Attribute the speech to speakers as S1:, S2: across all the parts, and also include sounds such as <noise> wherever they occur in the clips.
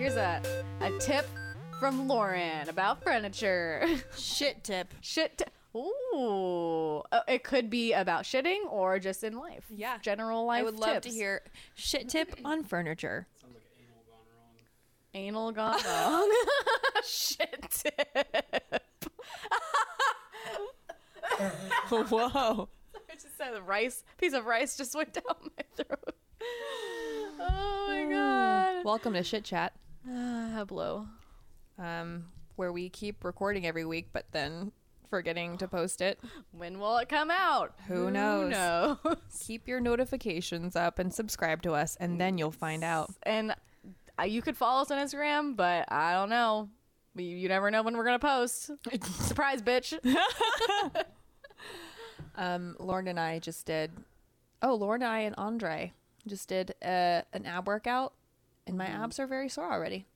S1: Oh a, a tip from Lauren about furniture. <laughs>
S2: Shit tip.
S1: Shit. T- Ooh, Uh, it could be about shitting or just in life.
S2: Yeah.
S1: general life.
S2: I would love to
S1: tips.
S2: hear shit <laughs> tip on furniture.
S3: Sounds like anal gone wrong.
S1: anal gone
S2: <laughs>
S1: wrong. <laughs> Shit <laughs> tip.
S2: <laughs> Whoa.
S1: I just said the rice piece of rice just went down my throat.
S2: <gasps>
S1: Oh my god.
S2: Welcome to Shit Chat,
S1: Ah, blow.
S2: um, where we keep recording every week, but then forgetting to post it.
S1: When will it come out?
S2: Who knows?
S1: knows? <laughs>
S2: Keep your notifications up and subscribe to us, and then you'll find out.
S1: and uh, you could follow us on Instagram, but I don't know. You, you never know when we're gonna
S2: <laughs>
S1: post. Surprise, bitch.
S2: Um, Lauren and I just did. Oh, Lauren and I and Andre just did uh, an ab workout, and my abs are very sore already.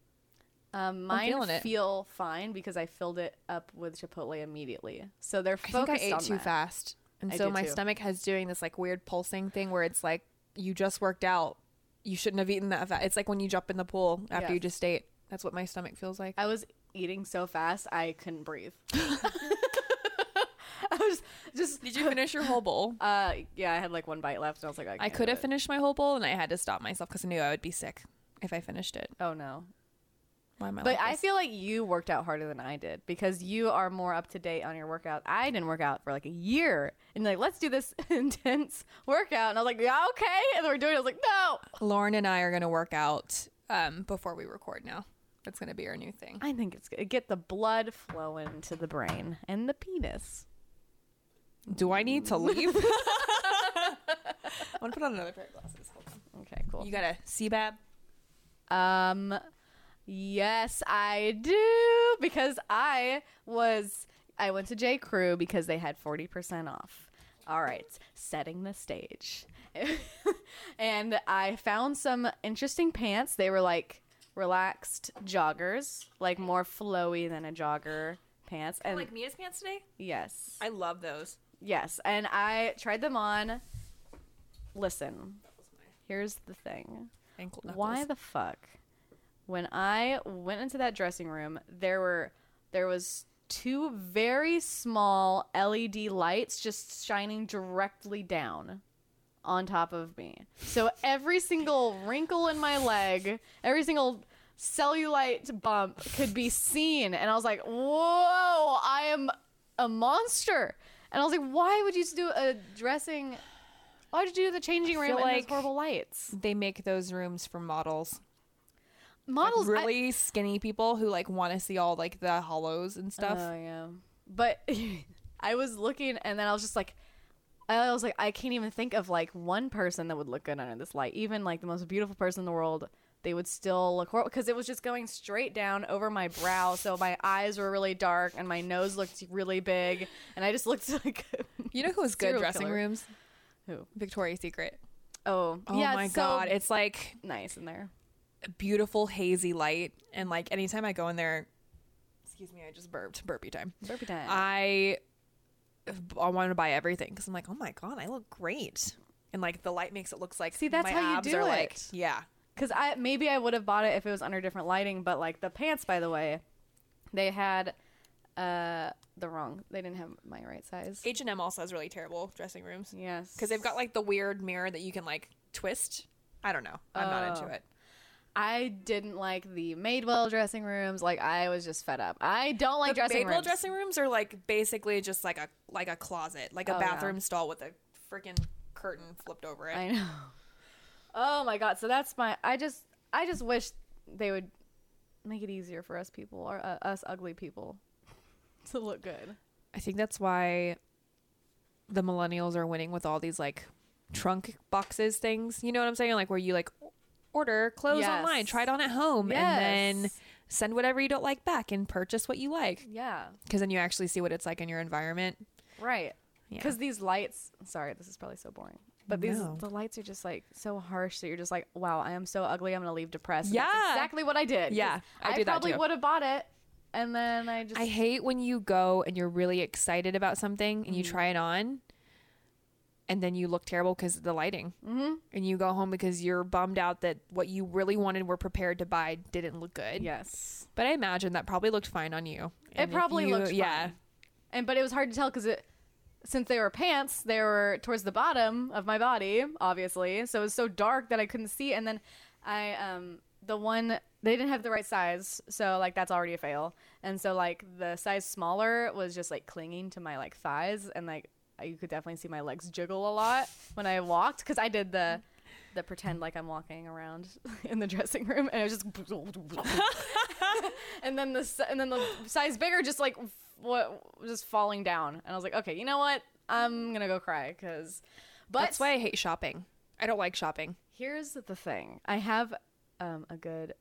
S1: Um, mine
S2: feeling it.
S1: feel fine because I filled it up with Chipotle immediately. So they're
S2: I
S1: focused
S2: think I ate
S1: on
S2: too
S1: that.
S2: fast, and
S1: I
S2: so
S1: did
S2: my
S1: too.
S2: stomach has doing this like weird pulsing thing where it's like you just worked out, you shouldn't have eaten that. Fat. It's like when you jump in the pool after
S1: Yeah.
S2: you just ate. That's what my stomach feels like.
S1: I was eating so fast I couldn't
S2: <laughs>
S1: breathe. <laughs> I was just
S2: Did you finish your
S1: <laughs>
S2: whole bowl?
S1: uh yeah, I had like one bite left and I was like I,
S2: I
S1: can't
S2: could
S1: do
S2: have
S1: it.
S2: finished my whole bowl, and I had to stop myself because I knew I would be sick if I finished it.
S1: Oh no.
S2: Why am I?
S1: But
S2: like
S1: I
S2: this?
S1: feel like you worked out harder than I did because you are more up to date on your workout. I didn't work out for like a year. And like, let's do this <laughs> intense workout. And I was like, yeah, okay. And then we're doing it. I was like, no.
S2: Lauren and I are going to work out um, before we record now. That's going to be our new thing.
S1: I think it's good. Get the blood flowing to the brain and the penis.
S2: Do I need to
S1: Mm. <laughs>
S2: <laughs> leave? I want to put on another pair of glasses. Hold on.
S1: Okay, cool.
S2: You got a CBAB?
S1: Um, yes, I do because I was I went to J Crew because they had forty percent off. All right, setting the stage, <laughs> and I found some interesting pants. They were like relaxed joggers, like more flowy than a jogger pants, and
S2: Mia's pants today?
S1: yes,
S2: I love those.
S1: yes, and I tried them on. Listen, here's the thing.
S2: Ankle knuckles.
S1: Why the fuck? When I went into that dressing room, there were there was two very small LED lights just shining directly down on top of me. So every single wrinkle in my leg, every single cellulite bump could be seen. And I was like, whoa, I am a monster. And I was like, why would you do a dressing? Why did you do the changing room
S2: feel
S1: and those
S2: like-
S1: horrible lights?
S2: They make those rooms for models. Like,
S1: Models I-
S2: really skinny people who like want to see all like the hollows and stuff.
S1: Oh yeah. But <laughs> I was looking and then I was just like I was like I can't even think of like one person that would look good under this light. Even like the most beautiful person in the world, they would still look horrible because it was just going straight down over my brow. So my eyes were really dark and my nose looked really big and I just looked <laughs> like
S2: you know who has good
S1: Serial
S2: dressing
S1: killer.
S2: rooms?
S1: who?
S2: Victoria's Secret.
S1: Oh,
S2: Oh
S1: yeah,
S2: my
S1: it's so
S2: god, it's like
S1: nice in there.
S2: beautiful hazy light and like anytime I go in there excuse me, I just burped. Burpy time.
S1: Burpee time.
S2: I I wanted to buy everything because I'm like, oh my god, I look great, and like the light makes it looks like
S1: See, that's
S2: my
S1: how you
S2: abs
S1: do
S2: are, like-
S1: it.
S2: yeah,
S1: Because I maybe I would have bought it if it was under different lighting, but like the pants, by the way, they had uh the wrong. They didn't have my right size.
S2: H and M also has really terrible dressing rooms
S1: Yes,
S2: because they've got like the weird mirror that you can like twist. I don't know. I'm not
S1: Oh.
S2: into it.
S1: I didn't like the Madewell dressing rooms. Like I was just fed up. I don't like
S2: The
S1: dressing
S2: Babel
S1: rooms.
S2: dressing rooms are like basically just like a like a closet, like a
S1: Oh, yeah.
S2: bathroom stall with a freaking curtain flipped over it.
S1: I know. Oh my god. So that's my. I just I just wish they would make it easier for us people or uh, us ugly people <laughs> to look good.
S2: I think that's why the millennials are winning with all these like trunk boxes things. You know what I'm saying? Like where you like order clothes
S1: Yes.
S2: online, try it on at home, and then
S1: Yes.
S2: send whatever you don't like back and purchase what you like
S1: Yeah.
S2: because then you actually see what it's like in your environment.
S1: Right.
S2: Yeah.
S1: Because these lights, sorry, this is probably so boring. But these
S2: No.
S1: the lights are just like so harsh that you're just like, wow, I am so ugly. I'm gonna leave depressed. And that's
S2: Yeah.
S1: exactly what I did.
S2: Yeah,
S1: 'Cause
S2: I
S1: I,
S2: do that
S1: probably
S2: too.
S1: would have bought it, and then I just
S2: I
S1: Mm-hmm.
S2: hate when you go and you're really excited about something and you try it on and then you look terrible because of the lighting. Mm-hmm. And you go home because you're bummed out that what you really wanted were prepared to buy didn't look good.
S1: Yes.
S2: But I imagine that probably looked fine on you. And
S1: it
S2: if
S1: probably
S2: you-
S1: looked fine.
S2: yeah.
S1: And but it was hard to tell because it since they were pants, they were towards the bottom of my body, obviously. So it was so dark that I couldn't see. And then I um the one they didn't have the right size, so like that's already a fail. And so like the size smaller was just like clinging to my like thighs, and like you could definitely see my legs jiggle a lot when I walked because I did the. The pretend like I'm walking around <laughs> in the dressing room, and it was just <laughs> and then the s- and then the size bigger just like f- what just falling down and i was like okay you know what i'm gonna go cry because but
S2: That's why I hate shopping. I don't like shopping.
S1: here's the thing i have um, a good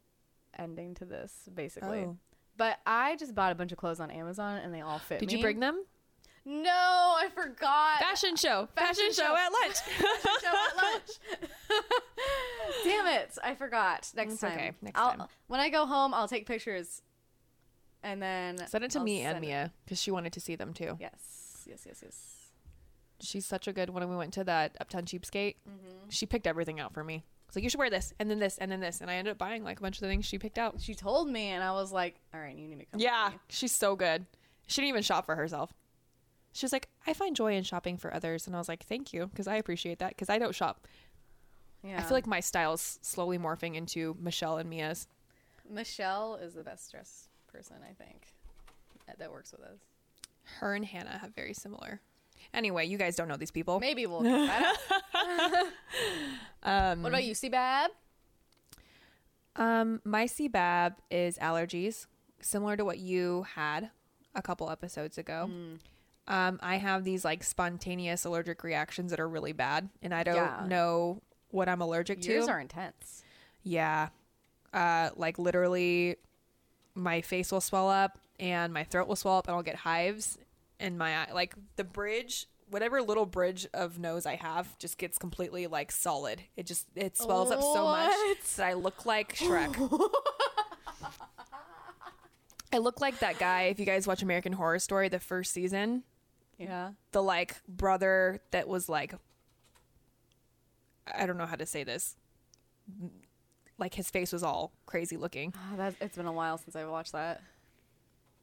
S1: ending to this basically
S2: Oh.
S1: but i just bought a bunch of clothes on amazon and they all fit
S2: Did
S1: me.
S2: you bring them?
S1: no i forgot
S2: Fashion show.
S1: Uh, Fashion
S2: Fashion,
S1: show.
S2: show
S1: <laughs>
S2: at lunch.
S1: show at lunch. <laughs> Damn it! I forgot. Next
S2: It's
S1: time.
S2: okay. Next
S1: I'll,
S2: time.
S1: When I go home, I'll take pictures, and then
S2: Send it to
S1: I'll
S2: me and
S1: send it-
S2: Mia because she wanted to see them too.
S1: Yes, yes, yes, yes.
S2: She's such a good one. We went to that Uptown Cheapskate. She picked everything out for me. I was like, you should wear this and then this and then this. And I ended up buying like a bunch of the things she picked out.
S1: She told me, and I was like, "All right, you need to come." with
S2: Yeah,
S1: me."
S2: she's so good. She didn't even shop for herself. She was like, I find joy in shopping for others. And I was like, thank you because I appreciate that because I don't shop.
S1: yeah.
S2: I feel like my style's slowly morphing into Michelle and Mia's.
S1: Michelle is the best dressed person I think that- that works with us.
S2: Her and Hannah have very similar. Anyway, you guys don't know these people.
S1: Maybe we'll. Get that
S2: <laughs>
S1: up. what about you, Seabab?
S2: Um, my CBAB is allergies, similar to what you had a couple episodes ago.
S1: Hmm.
S2: Um, I have these like spontaneous allergic reactions that are really bad, and I don't
S1: Yeah.
S2: know what I'm allergic
S1: Yours
S2: to.
S1: are intense.
S2: yeah, uh, like literally, my face will swell up and my throat will swell up, and I'll get hives, and my eye, like the bridge. Whatever little bridge of nose I have just gets completely like solid. It just it swells up so much
S1: What?
S2: that I look like Shrek. I look like that guy. If you guys watch American Horror Story, the first season,
S1: Yeah.
S2: the like brother that was like, I don't know how to say this. Like his face was all crazy looking.
S1: Oh, that's, it's been a while since I watched that.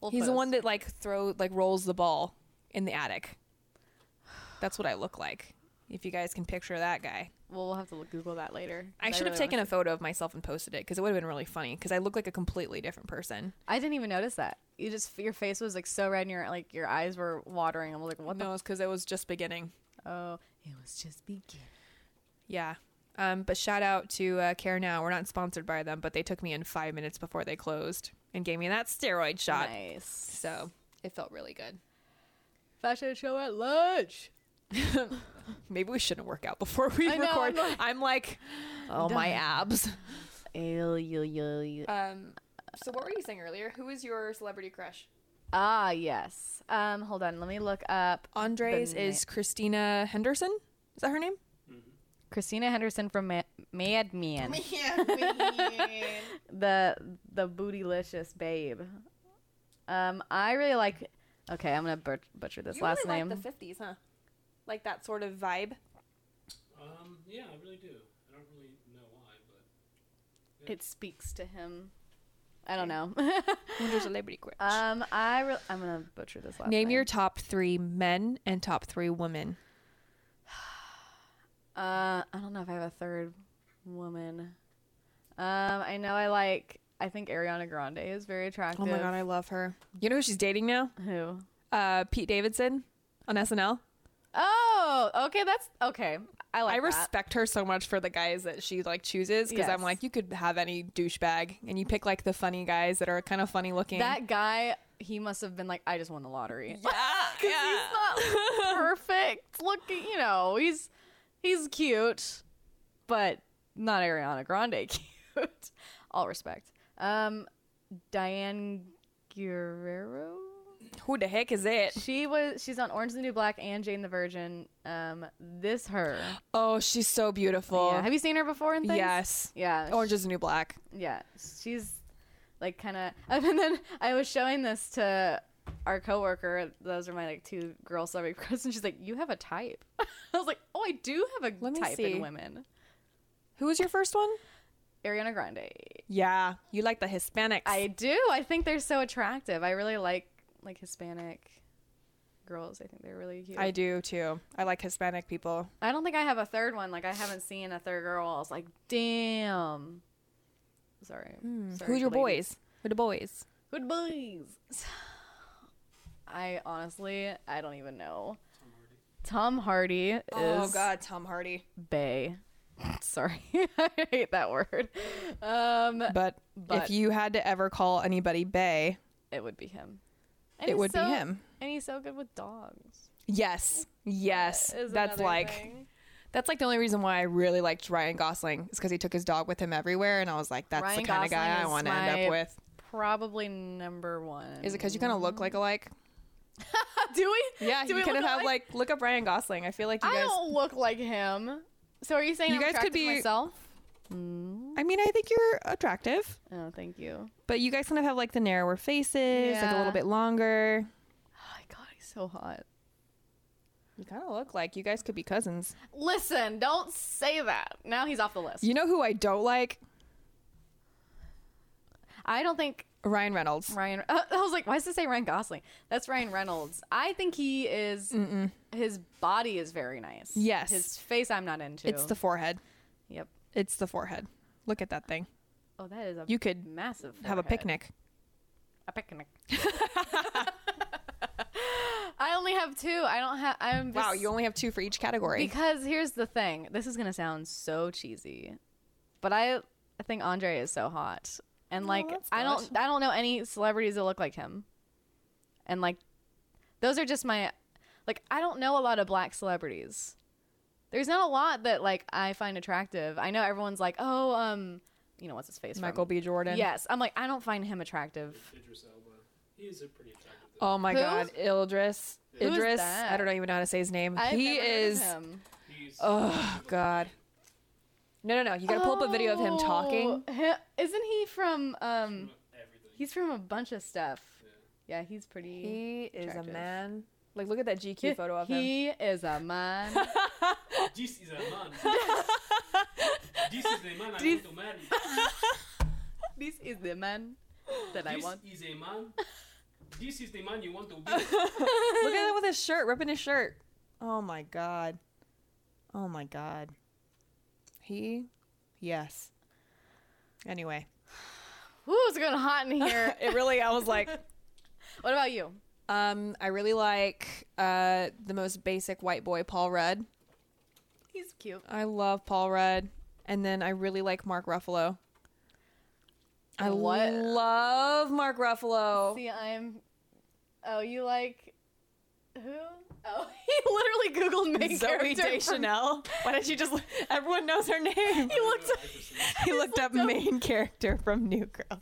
S1: We'll
S2: He's
S1: put
S2: the
S1: us-
S2: one that like throw like rolls the ball in the attic. That's what I look like. If you guys can picture that guy,
S1: Well, we'll have to look- Google that later. 'cause
S2: I should
S1: really
S2: have
S1: wanna
S2: taken a
S1: see-
S2: photo of myself and posted it because it would have been really funny because I look like a completely different person.
S1: I didn't even notice that. You just your face was like so red, and your like your eyes were watering. I was like, "What
S2: No, it's because it was just beginning.
S1: the? Oh, it was just beginning."
S2: Yeah. Um, but shout out to uh, Care Now. We're not sponsored by them, but they took me in five minutes before they closed and gave me that steroid shot.
S1: Nice.
S2: So it felt really good.
S1: Fashion show at lunch.
S2: Maybe we shouldn't work out before <laughs> we
S1: I know, I'm
S2: record.
S1: like-
S2: I'm like, oh, my abs. Um, so what were you saying earlier? Who is your celebrity crush?
S1: Ah, yes. Um, hold on. Let me look up
S2: Andres
S1: The
S2: is Christina Henderson. Is that her name?
S1: Christina Henderson from Ma- Mad Men. <laughs> the the bootylicious babe. Um, I really like. Okay, I'm gonna butch- butcher this last name.
S2: the 50s, huh? Like that sort of vibe.
S3: Um, yeah, I really do. I don't really know why, but
S1: it speaks to him. I don't know. <laughs>
S2: Who's your celebrity crush?
S1: um, I re- I'm gonna butcher this last name.
S2: Name your top three men and top three women.
S1: Uh, I don't know if I have a third woman. Um, I know I like. I think Ariana Grande is very attractive.
S2: Oh my god, I love her. You know who she's dating now?
S1: Who?
S2: Uh, Pete Davidson on SNL.
S1: Oh, okay. That's okay. I like.
S2: I
S1: that.
S2: respect her so much for the guys that she like chooses because
S1: Yes.
S2: I'm like, you could have any douchebag and you pick like the funny guys that are kind of funny looking.
S1: that guy. He must have been like, I just won the lottery. <laughs>
S2: yeah, yeah.
S1: He's
S2: <laughs>
S1: not perfect looking. You know, he's he's cute, but not Ariana Grande <laughs> cute. All respect. Um, Diane Guerrero.
S2: Who the heck is it?
S1: She was. She's on Orange is the New Black and Jane the Virgin. Um, this her.
S2: Oh, she's so beautiful.
S1: yeah. Have you seen her before in things?
S2: yes.
S1: Yeah.
S2: Orange is the New Black.
S1: <laughs> Yeah, she's like kind of. And then I was showing this to our coworker, those are my like two girl celebrity crushes, and she's like, "You have a type." <laughs> I was like, "Oh, I do have a
S2: Let me
S1: type
S2: see.
S1: in women."
S2: Who was your first one?
S1: Ariana Grande.
S2: Yeah, you like the Hispanics.
S1: I do. I think they're so attractive. I really like like Hispanic girls. I think they're really cute.
S2: I do too. I like Hispanic people.
S1: I don't think I have a third one. Like I haven't seen a third girl. I was like, "Damn." Sorry. Sorry,
S2: Hmm. Who's
S1: ladies.
S2: your boys? Who the boys?
S1: Good boys. I honestly, I don't even know. Tom Hardy is
S2: Oh, Tom Hardy.
S1: Bay. <laughs> Sorry, <laughs> I hate that word. Um,
S2: But, if
S1: But-
S2: you had to ever call anybody Bay,
S1: it would be him. And
S2: it
S1: he's
S2: would
S1: so-
S2: be him.
S1: and he's so good with dogs.
S2: Yes, yes.
S1: Is
S2: That's
S1: another
S2: like
S1: thing.
S2: that's like the only reason why I really liked Ryan Gosling is because he took his dog with him everywhere, and I was like, that's
S1: Ryan
S2: the kind of guy
S1: Gosling
S2: I
S1: is
S2: want to end
S1: my-
S2: up with.
S1: probably number one.
S2: Is it because you kind of look like alike?
S1: <laughs> do we? Mm.
S2: Yeah,
S1: do
S2: you
S1: we
S2: could
S1: look
S2: have had,
S1: alike?
S2: like look up Ryan Gosling. I feel like you
S1: I
S2: guys.
S1: don't look like him. So are you saying
S2: You
S1: I'm
S2: guys could
S1: attracted to
S2: be-
S1: myself? Mm.
S2: I mean, I think you're attractive,
S1: Oh, thank you. <sighs>
S2: but you guys kind of have like the narrower faces, like a
S1: Yeah.
S2: little bit longer.
S1: Oh my god, he's so hot.
S2: You kind of look like you guys could be cousins.
S1: Listen, don't say that. Now he's off the list.
S2: You know who I don't like?
S1: I don't think
S2: Ryan Reynolds.
S1: Ryan. <laughs> I was like, why does it say Ryan Gosling? That's Ryan Reynolds. I think he is. His body is very nice.
S2: Yes.
S1: His face, I'm not into.
S2: It's the forehead.
S1: Yep.
S2: It's the forehead. Look at that thing.
S1: Oh, that is a.
S2: You could
S1: massive.
S2: Have a
S1: forehead.
S2: picnic.
S1: A picnic. <laughs> I only have two. I don't have. I'm.
S2: Wow,
S1: just-
S2: you only have two for each category.
S1: Because here's the thing. This is gonna sound so cheesy, but I I think Andre is so hot, and like
S2: Oh, that's
S1: I don't I don't know any celebrities that look like him, and like those are just my like I don't know a lot of black celebrities. There's not a lot that like I find attractive. I know everyone's like, oh, um, you know what's his face?
S2: Michael
S1: from?
S2: B. Jordan.
S1: Yes, I'm like I don't find him attractive.
S3: Idris Elba. He's a pretty attractive.
S2: Oh my
S1: Who?
S2: God, Ildris.
S1: Who is
S2: Idris.
S1: that?
S2: I don't even know how to say his name.
S1: I've
S2: he
S1: never heard of
S2: is.
S1: him.
S3: He's
S2: Oh God. No, no, no. You gotta pull up a video of him talking.
S1: Oh, he- Isn't he from um?
S3: everything.
S1: He's from a bunch of stuff. Yeah, he's pretty.
S2: He is
S1: Attractive.
S2: a man. Like, look at that GQ
S1: He-
S2: photo of him.
S1: he is a <laughs> man.
S3: This is a
S2: <laughs>
S3: man. this is a man I want to
S2: <laughs>
S3: marry.
S1: this is the man that I
S3: This
S1: want.
S3: is a man. This is the man you want
S2: <laughs>
S3: to
S2: look
S3: be.
S2: at him with his shirt, ripping his shirt. Oh my God. Oh my God. He. Yes.
S1: <laughs>
S2: Anyway,
S1: Ooh, it's getting hot in <laughs> here.
S2: it really. I was like,
S1: what about you?
S2: um, I really like uh the most basic white boy, Paul Rudd.
S1: He's cute.
S2: I love Paul Rudd, and then I really like Mark Ruffalo. I
S1: What?
S2: love Mark Ruffalo.
S1: See, I'm. Oh, you like who? Oh, <laughs> he literally googled main
S2: <laughs> Zoe
S1: character. for-
S2: Deschanel. Why don't you just? Everyone knows
S1: <laughs>
S2: her name.
S1: He looked.
S2: He looked up main character from New Girl.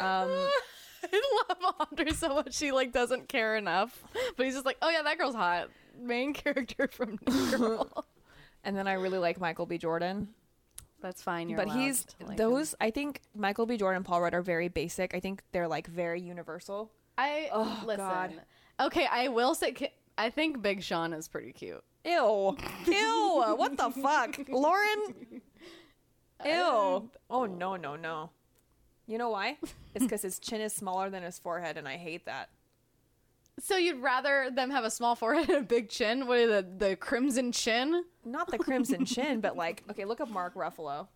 S2: Um,
S1: <laughs> I love Andre so much. She like doesn't care enough, but he's just like, oh yeah, that girl's hot. Main <laughs> character from New Girl.
S2: and then I really like Michael B. Jordan,
S1: <laughs> That's fine. You're
S2: but
S1: allowed
S2: he's
S1: to like him.
S2: those. I think Michael B. Jordan and Paul Rudd are very basic. I think they're like very universal.
S1: I
S2: Oh,
S1: listen.
S2: God.
S1: Okay, I will say. ki- I think Big Sean is pretty cute.
S2: Ew. Ew. What the fuck? Lauren? Ew. Oh, no, no, no. You know why? It's because his chin is smaller than his forehead, and I hate that.
S1: So you'd rather them have a small forehead and a big chin? What are the the crimson chin?
S2: Not the <laughs> crimson chin, but like, okay, look up Mark Ruffalo.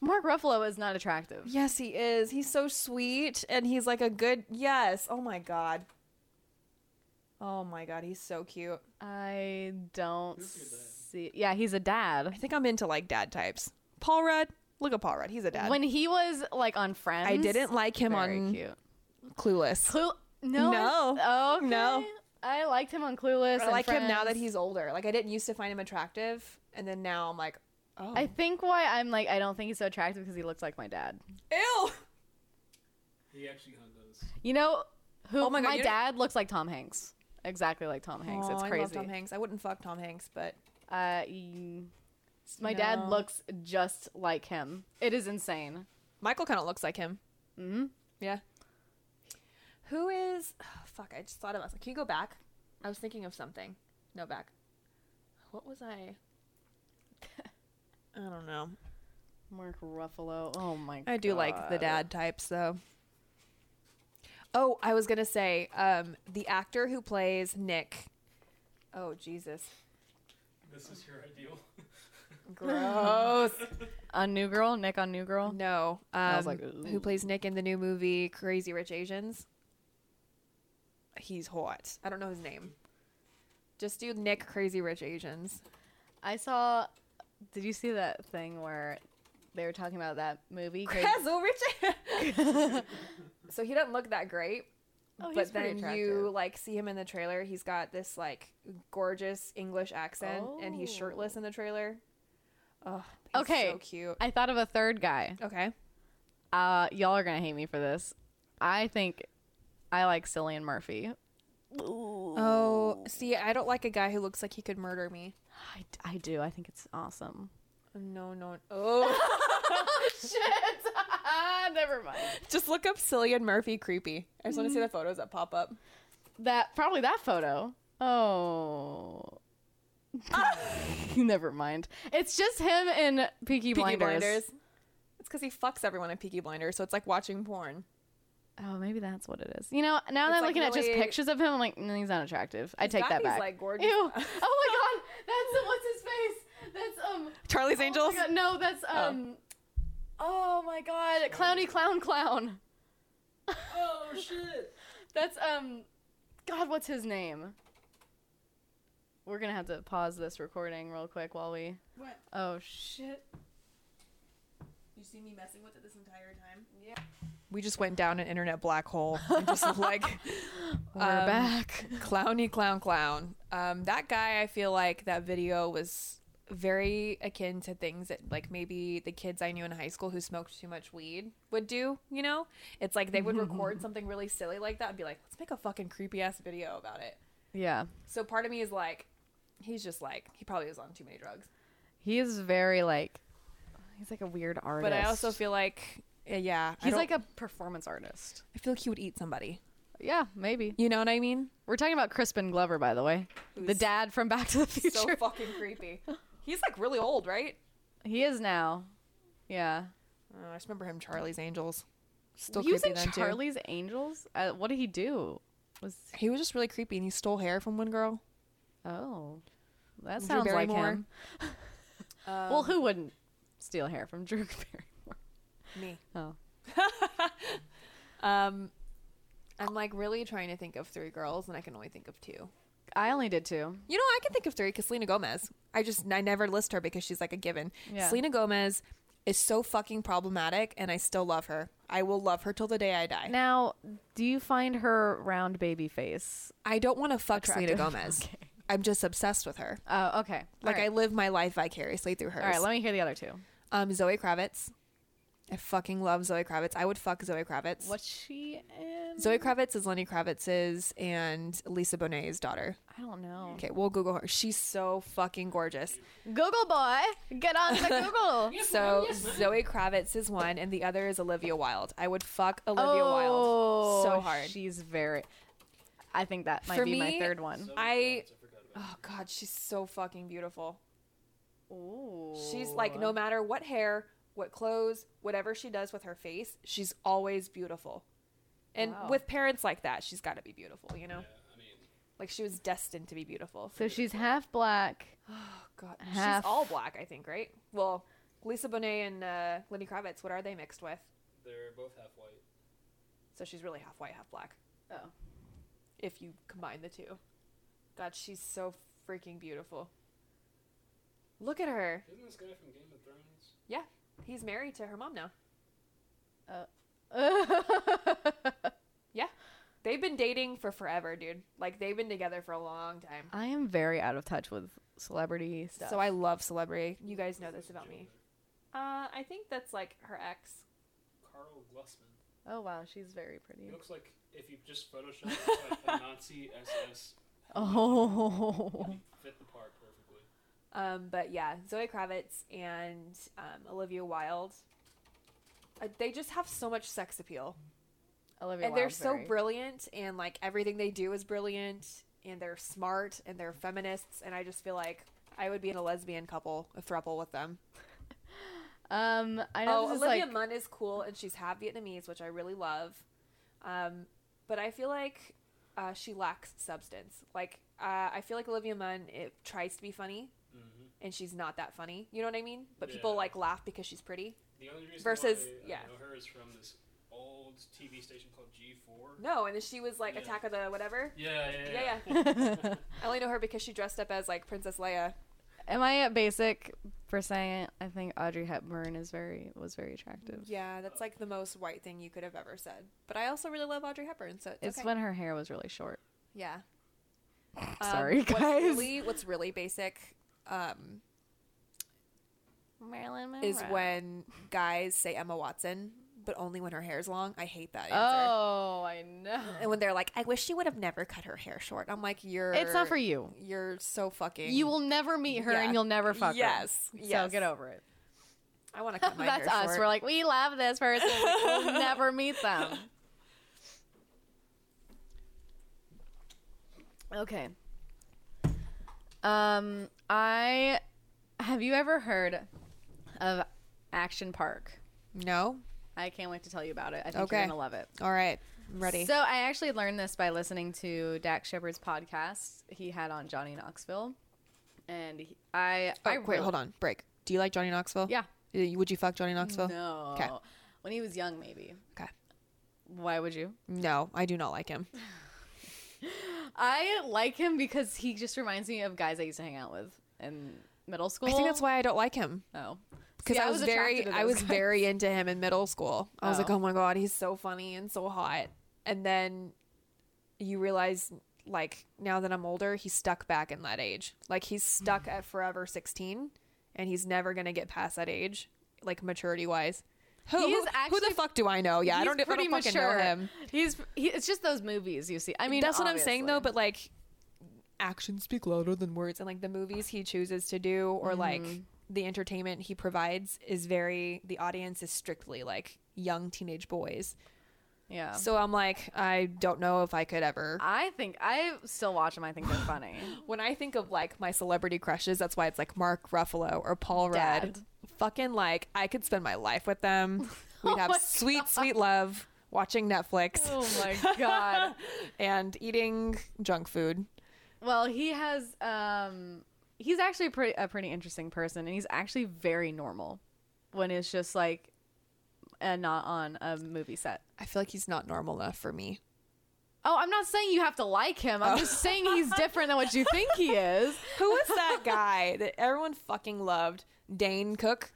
S1: Mark Ruffalo is not attractive.
S2: Yes, he is. He's so sweet, and he's like a good. Yes. Oh, my God. Oh, my God. He's so cute.
S1: I don't
S3: Who's your dad?
S1: see. Yeah, he's a dad.
S2: I think I'm into like dad types. Paul Rudd. Look at Paul Rudd. He's a dad.
S1: When he was like on Friends,
S2: I didn't like him
S1: very
S2: on
S1: cute.
S2: Clueless.
S1: Clue? No,
S2: No.
S1: I, okay.
S2: No.
S1: I liked him on Clueless.
S2: I
S1: and
S2: like him now that
S1: Friends.
S2: he's older. Like I didn't used to find him attractive, and then now I'm like, oh,
S1: I think why I'm like I don't think he's so attractive because he looks like my dad.
S2: ew.
S3: He actually hung those.
S1: You know who?
S2: Oh
S1: my
S2: my God, you don't-
S1: dad looks like Tom Hanks. Exactly like Tom Hanks. it's
S2: Aw,
S1: crazy.
S2: I love Tom Hanks. I wouldn't fuck Tom Hanks, but
S1: Uh, y- my dad
S2: No.
S1: looks just like him. It is insane.
S2: Michael kind of looks like him.
S1: Mm-hmm.
S2: Yeah. Who is? Oh, fuck! I just thought about. Something. Can you go back? I was thinking of something. No, back. What was I? <laughs> I don't know.
S1: Mark Ruffalo. Oh my god.
S2: I do like the dad types though. Oh, I was gonna say um, the actor who plays Nick. Oh Jesus,
S3: This is your ideal.
S1: <laughs>
S2: gross.
S1: On New Girl, Nick on New Girl.
S2: <laughs> no, um,
S1: I was like,
S2: who
S1: "Ooh."
S2: plays Nick in the new movie Crazy Rich Asians? He's hot. I don't know his name. Just do Nick Crazy Rich Asians.
S1: I saw Did you see that thing where they were talking about that
S2: <laughs>
S1: movie? <laughs> Crazy-
S2: Crazy Rich. <laughs> so he doesn't look that great.
S1: oh, he's
S2: but
S1: pretty
S2: then
S1: attractive.
S2: you like see him in the trailer. He's got this like gorgeous English accent, and he's shirtless in the trailer. Oh,
S1: Okay.
S2: so cute.
S1: I thought of a third guy.
S2: Okay,
S1: Uh, y'all are gonna hate me for this. I think I like Cillian Murphy.
S2: Oh, see, I don't like a guy who looks like he could murder me.
S1: I, I do. I think it's awesome.
S2: No, no. Oh,
S1: Shit. <laughs> Never mind.
S2: just look up Cillian Murphy creepy. I just want to see the photos that pop up.
S1: That probably that photo. Oh. <laughs> Never mind. It's just him in Peaky,
S2: Peaky
S1: Blinders.
S2: Blinders. It's because he fucks everyone in Peaky Blinders, so it's like watching porn.
S1: Oh, maybe that's what it is. You know, now that
S2: It's
S1: I'm
S2: like
S1: looking at
S2: really-
S1: just pictures of him, I'm like, no, he's not attractive. I
S2: He's
S1: take
S2: got
S1: that
S2: these,
S1: back.
S2: like, gorgeous-
S1: Ew.
S2: <laughs>
S1: Oh my god, that's what's his face. That's um.
S2: Charlie's
S1: oh my
S2: Angels.
S1: God, no, that's um. Oh. my god, clowny clown clown.
S3: oh shit!
S1: That's um. God, what's his name? We're gonna have to pause this recording real quick while we.
S2: What?
S1: Oh shit.
S2: You see me messing with it this entire time? Yeah. We just went down an internet black hole and <laughs> just like
S1: We're
S2: Um,
S1: back.
S2: clowny clown clown. Um, that guy, I feel like that video was very akin to things that like maybe the kids I knew in high school who smoked too much weed would do. You know, it's like they would record something really silly like that and be like, let's make a fucking creepy ass video about it.
S1: Yeah.
S2: So part of me is like, he's just like he probably was on too many drugs.
S1: He is very like. He's like a weird artist.
S2: But I also feel like, eh, yeah,
S1: He's like a performance artist.
S2: I feel like he would eat somebody.
S1: Yeah, maybe.
S2: You know what I mean?
S1: We're talking about Crispin Glover, by the way, the
S2: Who's
S1: dad from Back to the Future.
S2: <laughs> So fucking creepy. He's like really old, right?
S1: he is now. Yeah.
S2: Oh, I just remember him Charlie's Angels. Still
S1: he was
S2: creepy
S1: in
S2: then too.
S1: Charlie's Angels. Uh, what did he do? Was
S2: He was just really creepy, and he stole hair from one girl.
S1: oh, that
S2: Drew
S1: sounds like
S2: Barrymore.
S1: him.
S2: Uh,
S1: well, who wouldn't steal hair from <laughs> Drew Barrymore?
S2: <laughs> Me.
S1: Oh,
S2: Um, I'm like really trying to think of three girls, and I can only think of two.
S1: I only did two.
S2: You know, I can think of three because Selena Gomez. I just I never list her because she's like a given.
S1: Yeah.
S2: Selena Gomez is so fucking problematic, and I still love her. I will love her till the day I die.
S1: Now, do you find her round baby face?
S2: I don't want to fuck Selena
S1: Attractive.
S2: Gomez. <laughs>
S1: Okay.
S2: I'm just obsessed with her.
S1: Oh, okay.
S2: Like
S1: All
S2: I
S1: right.
S2: live my life vicariously through hers.
S1: All right, let me hear the other two.
S2: Um, Zoe Kravitz. I fucking love Zoe Kravitz. I would fuck Zoe Kravitz.
S1: What's she in?
S2: Zoe Kravitz is Lenny Kravitz's and Lisa Bonet's daughter.
S1: I don't know.
S2: Okay, we'll Google her. She's so fucking gorgeous.
S1: Google boy, get
S2: <laughs>
S1: on to Google.
S2: So Zoe Kravitz is one, and the other is Olivia Wilde. I would fuck Olivia Wilde so
S1: Oh,
S2: hard.
S1: She's very. I think that might
S2: For
S1: be my
S2: me-
S1: third one.
S3: Zoe
S2: I-
S3: Kravitz, I forgot about.
S2: Oh God, she's so fucking beautiful.
S1: Ooh.
S2: She's like no matter what hair, what clothes, whatever she does with her face, she's always beautiful. And
S1: Wow.
S2: with parents like that, she's got to be beautiful, you know?
S3: Yeah, I mean,
S2: Like she was destined to be beautiful. <sighs>
S1: So she's half
S2: <laughs>
S1: black.
S2: Oh God,
S1: Half.
S2: she's all black, I think, right? Well, Lisa Bonet and uh, Lenny Kravitz, what are they mixed with?
S3: they're both half white.
S2: So she's really half white, half black.
S1: Oh.
S2: If you combine the two, God, she's so freaking beautiful. Look at her.
S3: Isn't this guy from Game of Thrones?
S2: Yeah, he's married to her mom now. Yeah, they've been dating for forever, dude. Like they've been together for a long time.
S1: I am very out of touch with celebrity stuff.
S2: So I love celebrity. You guys know this
S3: Who's
S2: about me.
S3: Jonah?
S2: Uh, I think that's like her ex.
S3: Carl Glusman.
S1: oh wow, she's very
S3: He
S1: pretty.
S3: looks like if you just Photoshop like, a Nazi SS.
S1: Oh.
S3: He fit the part perfectly.
S2: Um, but yeah, Zoe Kravitz and um, Olivia Wilde. I, they just have so much sex appeal,
S1: <laughs> Olivia.
S2: and they're so
S1: Wilde's very-
S2: brilliant, and like everything they do is brilliant, and they're smart, and they're feminists, and I just feel like I would be in a lesbian couple, a throuple with them.
S1: Um, I know
S2: Oh,
S1: this is
S2: Olivia
S1: like
S2: Munn is cool, and she's half Vietnamese, which I really love. Um, but I feel like uh, she lacks substance. Like uh, I feel like Olivia Munn it tries to be funny,
S3: hmm
S2: and she's not that funny. You know what I mean? But people
S3: Yeah.
S2: like laugh because she's pretty.
S3: The only reason
S2: Versus-
S3: why I
S2: yeah.
S3: know her is from this old TV station called G4.
S2: No, and then she was like
S3: Yeah.
S2: Attack of the whatever.
S3: Yeah, yeah,
S2: Yeah,
S3: yeah.
S2: <laughs>
S1: yeah.
S2: I only know her because she dressed up as like Princess Leia.
S1: Am I at basic for saying it? I think Audrey Hepburn is very was very attractive.
S2: Yeah, that's like the most white thing you could have ever said. But I also really love Audrey Hepburn, so it's,
S1: It's
S2: okay.
S1: when her hair was really short. <laughs>
S2: Yeah. Um,
S1: Sorry, guys.
S2: What's really, what's really basic um,
S1: Marilyn Monroe.
S2: is when guys say Emma Watson, but only when her hair's long. I hate that answer.
S1: Oh, I
S2: And
S1: know.
S2: when they're like, "I wish she would have never cut her hair short," I'm like, "You're
S1: It's not for you.
S2: You're so fucking.
S1: You will never meet her
S2: Yeah.
S1: and you'll never fuck
S2: Yes,
S1: her. So
S2: yes.
S1: get over it.
S2: I want
S1: <laughs>
S2: to cut my
S1: That's
S2: hair
S1: us.
S2: short.
S1: We're like, we love this person. we'll
S2: <laughs>
S1: never meet them. Okay. Um, I have you ever heard of Action Park?
S2: no.
S1: I can't wait to tell you about it. I think
S2: Okay.
S1: you're gonna love it.
S2: All right. I'm ready.
S1: So I actually learned this by listening to Dak Shepard's podcast he had on Johnny Knoxville, and he, I
S2: Oh,
S1: I
S2: wait, hold on. Break. Do you like Johnny Knoxville?
S1: Yeah.
S2: Uh, Would you fuck Johnny Knoxville?
S1: No.
S2: Okay.
S1: When he was young, maybe.
S2: Okay.
S1: Why would you?
S2: No, I do not like him.
S1: I like him because he just reminds me of guys I used to hang out with in middle school.
S2: I think that's why I don't like him
S1: Oh,
S2: because
S1: See,
S2: I was, very,
S1: attracted to
S2: I
S1: those
S2: was
S1: guys.
S2: very into him in middle school. I was like,
S1: Oh.
S2: oh my god, he's so funny and so hot. And then you realize, like, now that I'm older, he's stuck back in that age. Like he's stuck at forever 16, and he's never gonna get past that age, like maturity wise. Who,
S1: He
S2: who,
S1: is
S2: who
S1: actually-
S2: the fuck do I know? Yeah, I
S1: He's
S2: don't, I
S1: pretty
S2: don't fucking know
S1: mature.
S2: him.
S1: He's he, it's just those movies you see. I mean,
S2: that's what I'm saying though,
S1: obviously.
S2: but like actions speak louder than words and like the movies he chooses to do or like the entertainment he provides is very the audience is strictly like young teenage boys.
S1: yeah.
S2: So I'm like I don't know if I could ever
S1: I think I still watch them. I think they're
S2: <gasps>
S1: funny.
S2: when I think of like my celebrity crushes, that's why it's like Mark Ruffalo or Paul Rudd.
S1: Dad.
S2: Fucking like I could spend my life with <laughs> them. We'd have
S1: my
S2: sweet sweet love watching Netflix
S1: oh my god.
S2: and eating junk food.
S1: Well, he has um he's actually pretty a pretty interesting person and he's actually very normal when it's just like and not on a movie set.
S2: I feel like he's not normal enough for me.
S1: Oh, I'm not saying you have to like him. I'm just
S2: Oh.
S1: saying he's different than what you think he
S2: <laughs>
S1: is.
S2: Who was that guy that everyone fucking loved? Dane Cook.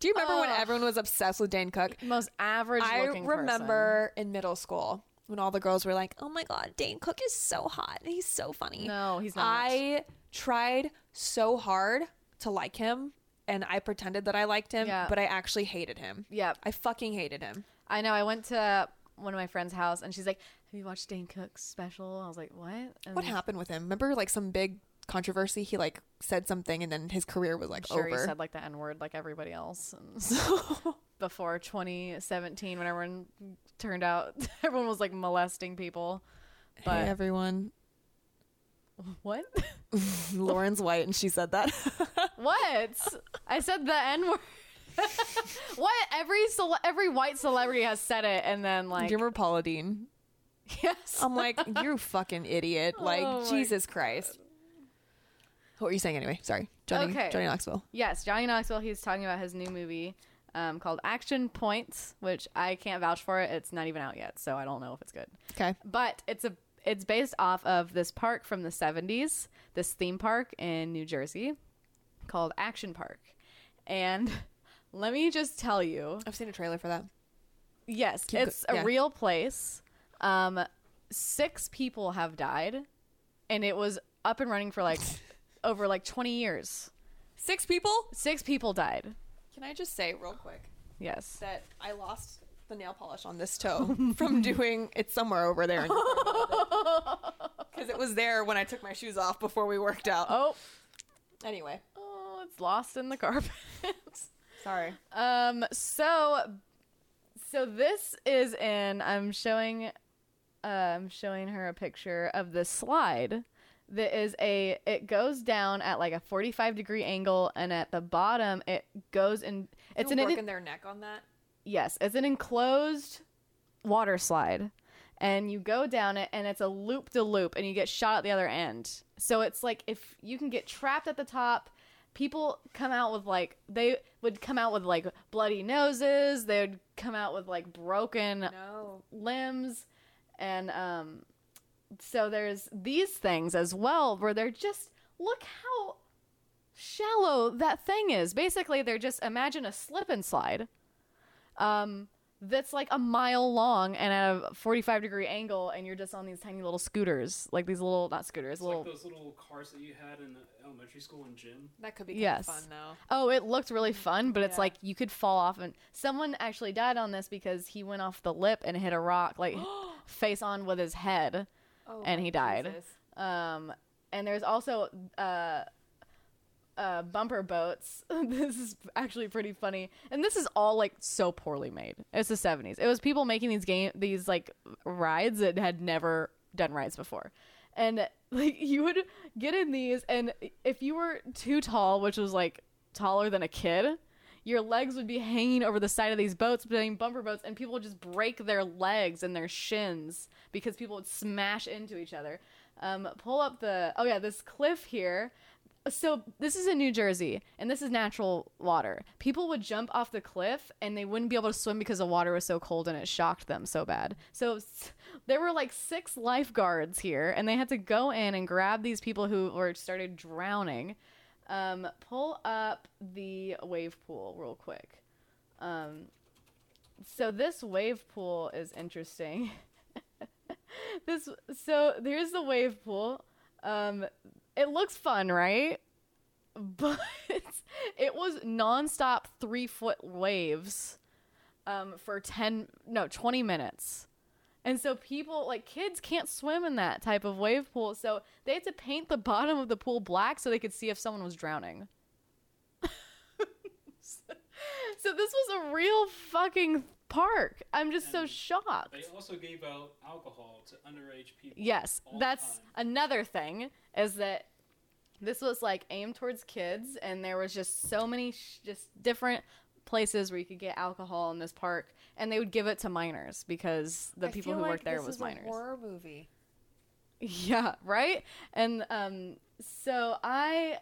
S2: Do you remember when
S1: Ugh.
S2: everyone was obsessed with Dane Cook?
S1: Most average
S2: I
S1: looking
S2: remember in middle school when all the girls were like, "Oh my god, Dane Cook is so hot and he's so funny."
S1: person. No, he's not.
S2: I tried so hard to like him, and I pretended that I liked him,
S1: Yeah.
S2: but I actually hated him.
S1: Yep.
S2: I fucking hated him.
S1: I know. I went to one of my friend's house and she's like, "Have you watched Dane Cook's special?" I was like, "What?" And
S2: What happened with him? Remember, like some big controversy. He like said something, and then his career was like
S1: sure
S2: over.
S1: he said like the n word like everybody else and <laughs> before 2017 when everyone turned out <laughs> everyone was like molesting people
S2: hey,
S1: but-
S2: everyone,
S1: what <laughs>
S2: Lauren's white and she said that. <laughs>
S1: what i said the n word <laughs> what every cele- every white celebrity has said it and then like
S2: Do you remember Paula Dean?
S1: yes
S2: I'm <laughs> like, you fucking idiot. Like,
S1: Oh my
S2: Jesus Christ. What were you saying anyway? Sorry. Johnny,
S1: Okay.
S2: Johnny Knoxville.
S1: <laughs> yes johnny knoxville he's talking about his new movie um, called action points which i can't vouch for it it's not even out yet so i don't know if it's good
S2: Okay.
S1: but it's a it's based off of this park from the 70s this theme park in new jersey called action park and <laughs> let me just tell you
S2: I've seen a trailer for that.
S1: yes
S2: Keep go-
S1: it's a
S2: yeah.
S1: real place um six people have died and it was up and running
S2: <laughs>
S1: for like over like 20 years
S2: Six people?
S1: six people died
S2: Can I just say real quick
S1: yes
S2: that I lost the nail polish on this <laughs> toe from doing it's somewhere over <laughs> there. Because it was there when I took my shoes off before we worked out.
S1: oh
S2: Anyway,
S1: <laughs> oh it's lost in the carpet
S2: sorry.
S1: Um, so So this is in. I'm showing. Uh, I'm showing her a picture of this slide. That is a. It goes down at like a 45 degree angle, and at the bottom it goes in. It's
S2: People
S1: an
S2: working their neck on that.
S1: yes, it's an enclosed water slide, and you go down it, and it's a loop de loop, and you get shot at the other end. So it's like if you can get trapped at the top, people come out with like they would come out with like bloody noses. They would come out with like broken
S2: No.
S1: limbs and um so there's these things as well where they're just look how shallow that thing is basically they're just imagine a slip and slide um that's like a mile long and at a 45 degree angle and you're just on these tiny little scooters like these little not scooters
S2: <laughs>
S3: It's like
S1: little
S3: those little cars that you had in elementary school and gym.
S2: That could be kind
S1: Yes.
S2: of fun though.
S1: Oh, it looked really fun, but it's
S2: Yeah.
S1: like you could fall off and someone actually died on this because he went off the lip and hit a rock like face on with his head.
S2: Oh,
S1: And
S2: my
S1: he died.
S2: Jesus.
S1: Um, and there's also uh, uh, bumper boats. <laughs> this is actually pretty funny. And this is all like so poorly made. It's the 70s. It was people making these game these like rides that had never done rides before. And <laughs> like you would get in these and if you were too tall, which was like taller than a kid, your legs would be hanging over the side of these boats, being bumper boats, and people would just break their legs and their shins because people would smash into each other. Um, pull up the oh yeah, this cliff here. So this is in New Jersey, and this is natural water. People would jump off the cliff, and they wouldn't be able to swim because the water was so cold, and it shocked them so bad. So s- there were like six lifeguards here, and they had to go in and grab these people who were started drowning. Um, pull up the wave pool real quick. Um, so this wave pool is interesting. this so here's the wave pool. Um, it looks fun, right? But <laughs> it was nonstop three foot waves um, for 10, no, 20 minutes. And so people, like kids, can't swim in that type of wave pool. So they had to paint the bottom of the pool black so they could see if someone was drowning. <laughs> so this was a real fucking park. I'm just so
S3: And
S1: shocked.
S3: They also gave out alcohol to underage people.
S1: Yes,
S3: all the
S1: that's
S3: time.
S1: another thing is that this was like aimed towards kids, and there was just so many sh- just different places where you could get alcohol in this park, and they would give it to minors because the
S2: I
S1: people
S2: feel
S1: who
S2: like
S1: worked there
S2: this
S1: was
S2: is
S1: minors.
S2: A horror movie.
S1: Yeah, right? And um so I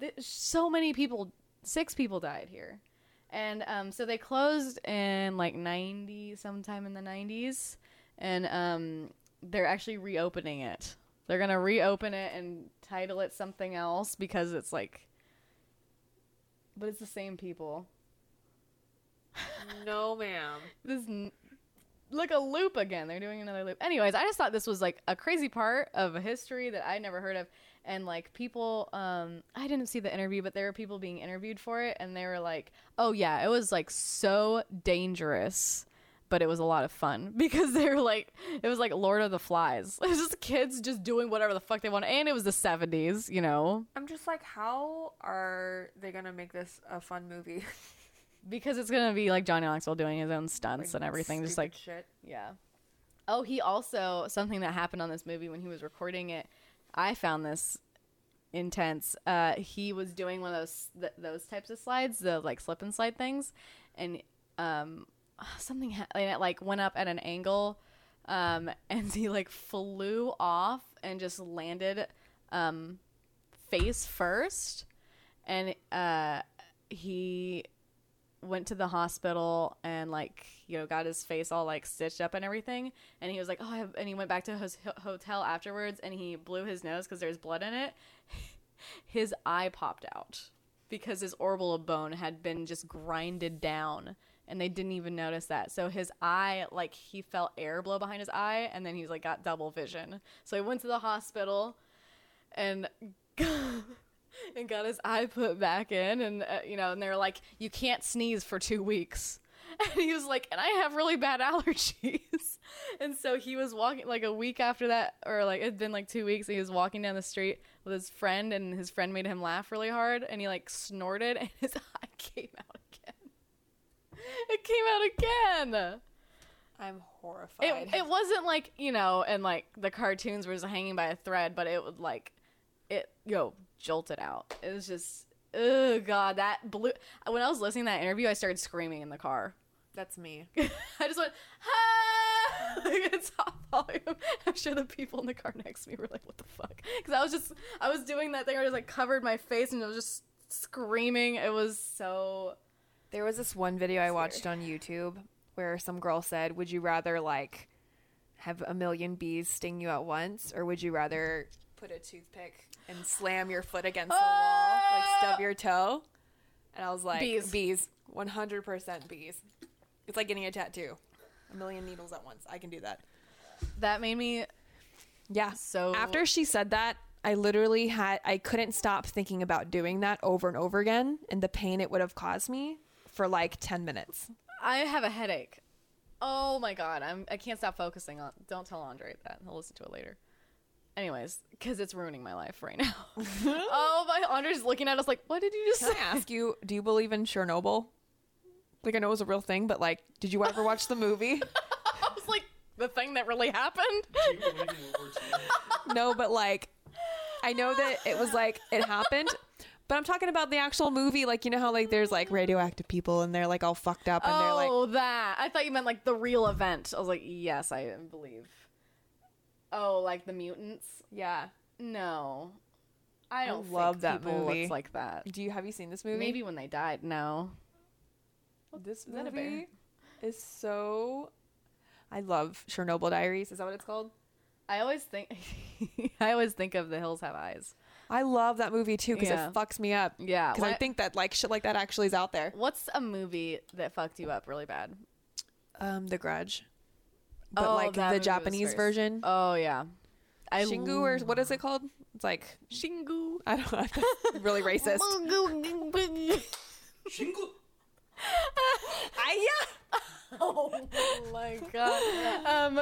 S1: th- so many people, six people died here. And um so they closed in like 90 sometime in the 90s and um they're actually reopening it. They're going to reopen it and title it something else because it's like but it's the same people.
S2: No, ma'am.
S1: this n- look a loop again they're doing another loop anyways i just thought this was like a crazy part of a history that i never heard of and like people um i didn't see the interview but there were people being interviewed for it and they were like oh yeah it was like so dangerous but it was a lot of fun <laughs> because they were like it was like lord of the flies <laughs> it was just kids just doing whatever the fuck they want and it was the 70s you know
S2: I'm just like, how are they gonna make this a fun movie?
S1: because it's gonna be like johnny knoxville doing his own stunts
S2: Like,
S1: and everything just like
S2: stupid shit.
S1: Yeah. Oh, he also something that happened on this movie when he was recording it. I found this intense. Uh, he was doing one of those th- those types of slides, the like slip and slide things, and um, <sighs> something ha- and it like went up at an angle, um, <laughs> and he like flew off and just landed um, face first, and uh, he went to the hospital and like you know got his face all like stitched up and everything and he was like oh I have, and he went back to his ho- hotel afterwards and he blew his nose because there's blood in it <laughs> his eye popped out because his orbital bone had been just grinded down and they didn't even notice that so his eye like he felt air blow behind his eye and then he's like got double vision so he went to the hospital and <laughs> and got his eye put back in and uh, you know and they were like you can't sneeze for two weeks <laughs> and he was like and i have really bad <laughs> allergies <laughs> and so he was walking like a week after that or like it'd been like two weeks and he was walking down the street with his friend and his friend <laughs> made him laugh really hard and he like snorted and his eye came out again It came out again.
S2: I'm horrified.
S1: It, it wasn't like, you know, and like the cartoons were just hanging by a thread, but it would like, it, yo, jolted out. It was just, oh God, that blew. When I was listening to that interview, I started screaming in the car. <laughs>
S2: That's me.
S1: I just went, ah! <laughs> like, at top volume. I'm sure the people in the car next to me were like, what the fuck? Because I was just, I was doing that thing where I just like covered my face and I was just screaming. It was so,
S2: There was this one video I watched on YouTube where some girl said, "Would you rather like have a million bees sting you at once, or would you rather put a toothpick and slam your foot against the wall, like stub your toe?" And I was like,
S1: Bees.
S2: Ah! bees, one hundred percent bees. It's like getting a tattoo, a million needles at once. I can do that."
S1: that made me
S2: Yeah.
S1: So-
S2: after she said that, I literally had I couldn't stop thinking about doing that over and over again and the pain it would have caused me for like 10 minutes.
S1: I have a headache. Oh my god, I'm I can't stop focusing on. Don't tell Andre that. He'll listen to it later. Anyways, because it's ruining my life right
S2: <laughs>
S1: now. oh my, Andre's looking at us like, what did you just
S2: Can
S1: say?
S2: I ask you, do you believe in Chernobyl? Like I know it was a real thing, but like did you ever watch
S1: <laughs>
S2: the movie?
S1: <laughs> I was like, the thing that really happened.
S3: You were waiting over
S2: <laughs>
S3: to
S2: no, but like I know that it was like it happened. But I'm talking about the actual movie, like you know how like there's like radioactive people and they're like all fucked up and they're like
S1: oh, that. I thought you meant like the real event. I was like, yes, I believe. Oh, like the mutants?
S2: Yeah.
S1: No, I don't
S2: love
S1: think
S2: that
S1: people looked
S2: movie.
S1: like that.
S2: Do you have you seen this movie?
S1: Maybe when they died. No,
S2: This
S1: that a bear?
S2: movie is so. I love Chernobyl Diaries. Is that what it's called?
S1: I always think <laughs> I always think of The Hills Have Eyes.
S2: I love that movie too because
S1: Yeah.
S2: it fucks me up.
S1: Yeah,
S2: because I
S1: what-
S2: think that like shit like that actually is out there.
S1: What's a movie that fucked you up really bad?
S2: Um, The Grudge, but
S1: Oh,
S2: like
S1: that movie
S2: the
S1: was
S2: Japanese
S1: first.
S2: version,
S1: Oh yeah, I
S2: Shingu or what is it called? It's like <laughs>
S1: Shingu.
S2: I don't know. <laughs> That's really racist. <laughs>
S3: Shingle.
S2: I,
S1: <laughs> oh my god. Um,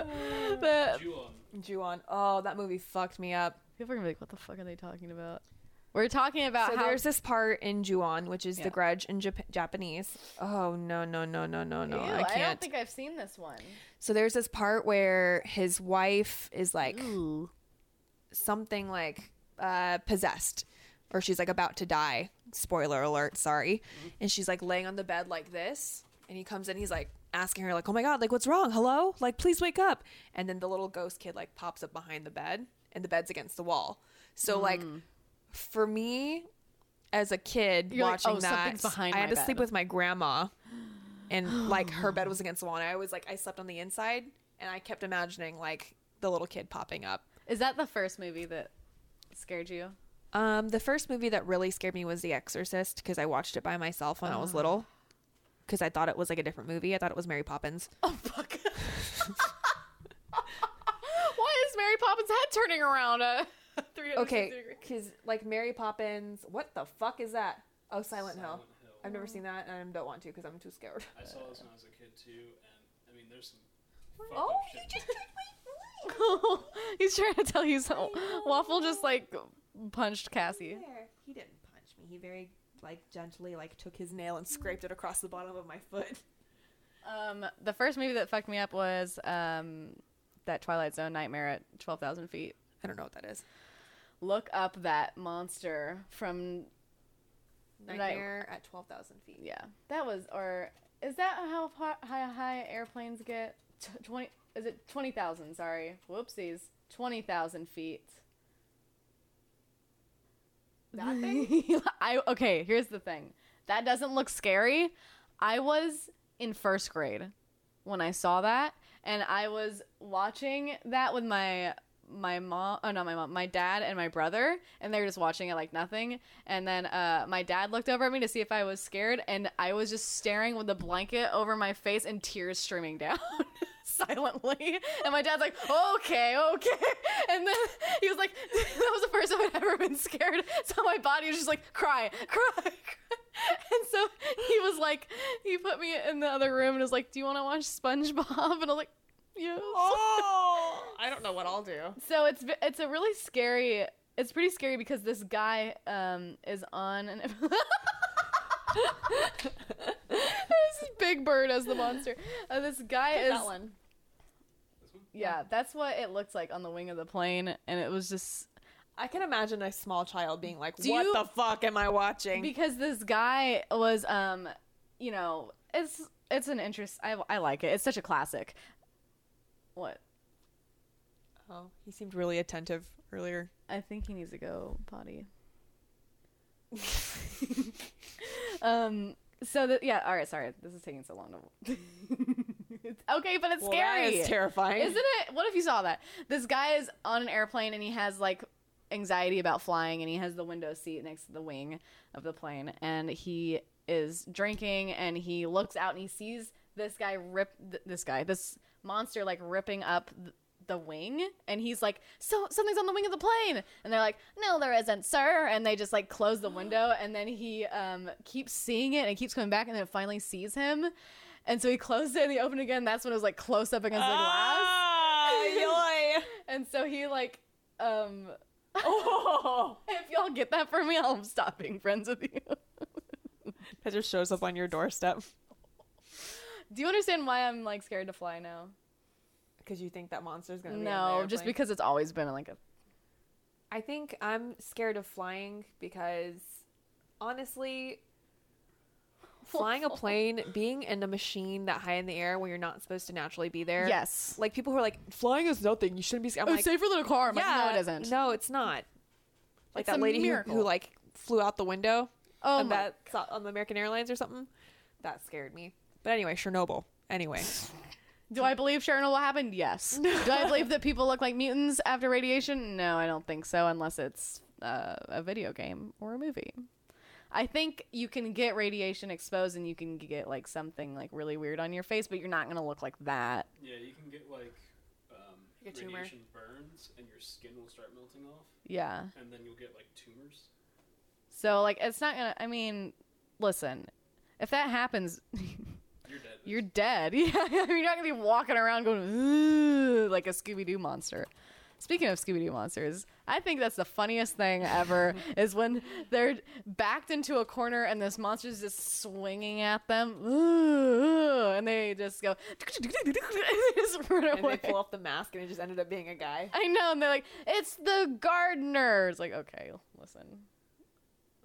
S1: the
S3: You um,
S2: yeah. Ju-on. Oh, that movie fucked me up.
S1: people are gonna be like, "What the fuck are they talking about?" We're talking about
S2: So
S1: how
S2: there's this part in Ju-on, which is
S1: Yeah.
S2: The Grudge in Jap- Japanese. Oh no no no no no no!
S1: Ew,
S2: I can't.
S1: don't think I've seen this one.
S2: So there's this part where his wife is like
S1: Ooh.
S2: something like uh, possessed, or she's like about to die. Spoiler alert, sorry.
S1: Mm-hmm.
S2: And she's like laying on the bed like this, and he comes in. He's like asking her like, "Oh my god, like what's wrong? Hello, like please wake up." And then the little ghost kid like pops up behind the bed, and the bed's against the wall.
S1: Mm.
S2: So like, for me, as a kid
S1: You're like,
S2: watching
S1: "Oh,
S2: that,
S1: something's behind
S2: I had
S1: my
S2: to sleep
S1: bed."
S2: with my grandma
S1: <gasps>
S2: and like her bed was against the wall and i was like i slept on the inside and i kept imagining like the little kid popping up
S1: Is that the first movie that scared you?
S2: um the first movie that really scared me was the exorcist because i watched it by myself when i was little because i thought it was like a different movie i thought it was mary poppins
S1: Oh fuck. <laughs> Why is Mary Poppins' head turning around? Uh, <laughs> 360
S2: okay
S1: degree?
S2: because like mary poppins what the fuck is that oh silent, hill
S3: Silent Hill.
S2: i've never seen that and i don't want to because i'm too scared
S3: I saw this when I was a kid too, and I mean, there's some.
S2: <laughs>
S3: fucked
S2: oh
S3: up
S2: you
S3: shit.
S2: just took <laughs> my
S1: <laughs>
S2: leg
S1: He's trying to tell you <laughs> so. Waffle just like punched Cassie.
S2: there. He didn't punch me. He very like gently like took his nail and scraped it across the bottom of my foot. <laughs>
S1: Um, the first movie that fucked me up was um, that Twilight Zone Nightmare at twelve thousand feet.
S2: I don't know what that is.
S1: Look up that monster from
S2: Nightmare at twelve thousand feet.
S1: yeah. That was or is that how hi- high high airplanes get? T- twenty is it twenty thousand? Sorry, whoopsies, twenty thousand feet.
S2: That
S1: <laughs> I okay, here's the thing. That doesn't look scary. I was in first grade when I saw that and I was watching that with my my mom oh not my mom my dad and my brother and they were just watching it like nothing and then uh my dad looked over at me to see if I was scared and I was just staring with the blanket over my face and tears streaming down <laughs> silently and my dad's like okay okay and then he was like <laughs> that was the first time I'd ever been scared so my body was just like cry cry, cry. <laughs> and so he was like he put me in the other room and was like do you want to watch SpongeBob <laughs> and I was like yes
S2: Oh, <laughs> I don't know what I'll do.
S1: so it's v- it's a really scary. It's pretty scary because this guy um, is on an. <laughs> this big Big Bird as the monster. Uh, this guy is
S4: that one.
S3: This one?
S1: yeah, that's what it looked like on the wing of the plane, and it was just
S2: I can imagine a small child being like,
S1: Do
S2: "What
S1: you-
S2: the fuck am I watching?"
S1: because this guy was um, you know, it's it's an interest. I I like it. It's such a classic. What
S2: oh, he seemed really attentive earlier.
S1: I think he needs to go
S2: <laughs>
S1: potty. um. So the, yeah. All right. Sorry. This is taking so long. To... <laughs> It's- okay, but it's
S2: Well,
S1: scary.
S2: that is terrifying.
S1: Isn't it? What if you saw that? This guy is on an airplane and he has like anxiety about flying and he has the window seat next to the wing of the plane and he is drinking and he looks out and he sees this guy rip th- this guy this monster like ripping up th- the wing and he's like so something's on the wing of the plane and they're like no there isn't sir and they just like close the window and then he um keeps seeing it and it keeps coming back and then it finally sees him and so he closed it and he opened it again that's when it was like close up against the glass
S2: Ah, <laughs> yoy.
S1: and so he like um Oh if y'all get that for me, I'm stopping friends with you.
S2: That just shows up on your doorstep
S1: Do you understand why I'm like scared to fly now?
S2: because you think that monster's gonna be on the
S1: No, just
S2: airplane.
S1: because it's always been like a
S2: I think I'm scared of flying because honestly, <laughs> flying a plane, being in a machine that high in the air where you're not supposed to naturally be there.
S1: Yes.
S2: Like people who are like, flying is nothing. You shouldn't be scared. I'm like,
S1: safer than a car. I'm like,
S2: yeah,
S1: no, it isn't.
S2: No, it's not. Like
S1: It's
S2: that
S1: a
S2: lady who,
S1: miracle.
S2: who like flew out the window
S1: Oh
S2: on
S1: my
S2: that on the American Airlines or something. That scared me. But anyway, Chernobyl.
S1: <laughs>
S2: Anyway,
S1: Do I believe Sharon will happen?
S2: <laughs>
S1: Yes. Do I believe that people look like mutants after radiation? No, I don't think so, unless it's uh, a video game or a movie. I think you can get radiation exposed and you can get like something like really weird on your face, but you're not gonna look like that.
S3: Yeah, you can get like um,
S2: Like a tumor.
S3: radiation burns, and your skin will start melting off,
S1: Yeah.
S3: and then you'll get like tumors.
S1: So like it's not gonna I mean, listen, if that happens <laughs>
S3: You're dead.
S1: you're dead. <laughs> Yeah. You're not gonna be walking around going "Ooh," like a Scooby Doo monster. Speaking of Scooby Doo monsters, I think that's the funniest thing
S2: <laughs>
S1: ever is when they're backed into a corner and this monster's just swinging at them, "Ooh," and they just go, <laughs> and they just run away.
S2: and they pull off the mask, and it just ended up being a guy.
S1: I know, and they're like, "It's the gardener." It's like, okay, listen,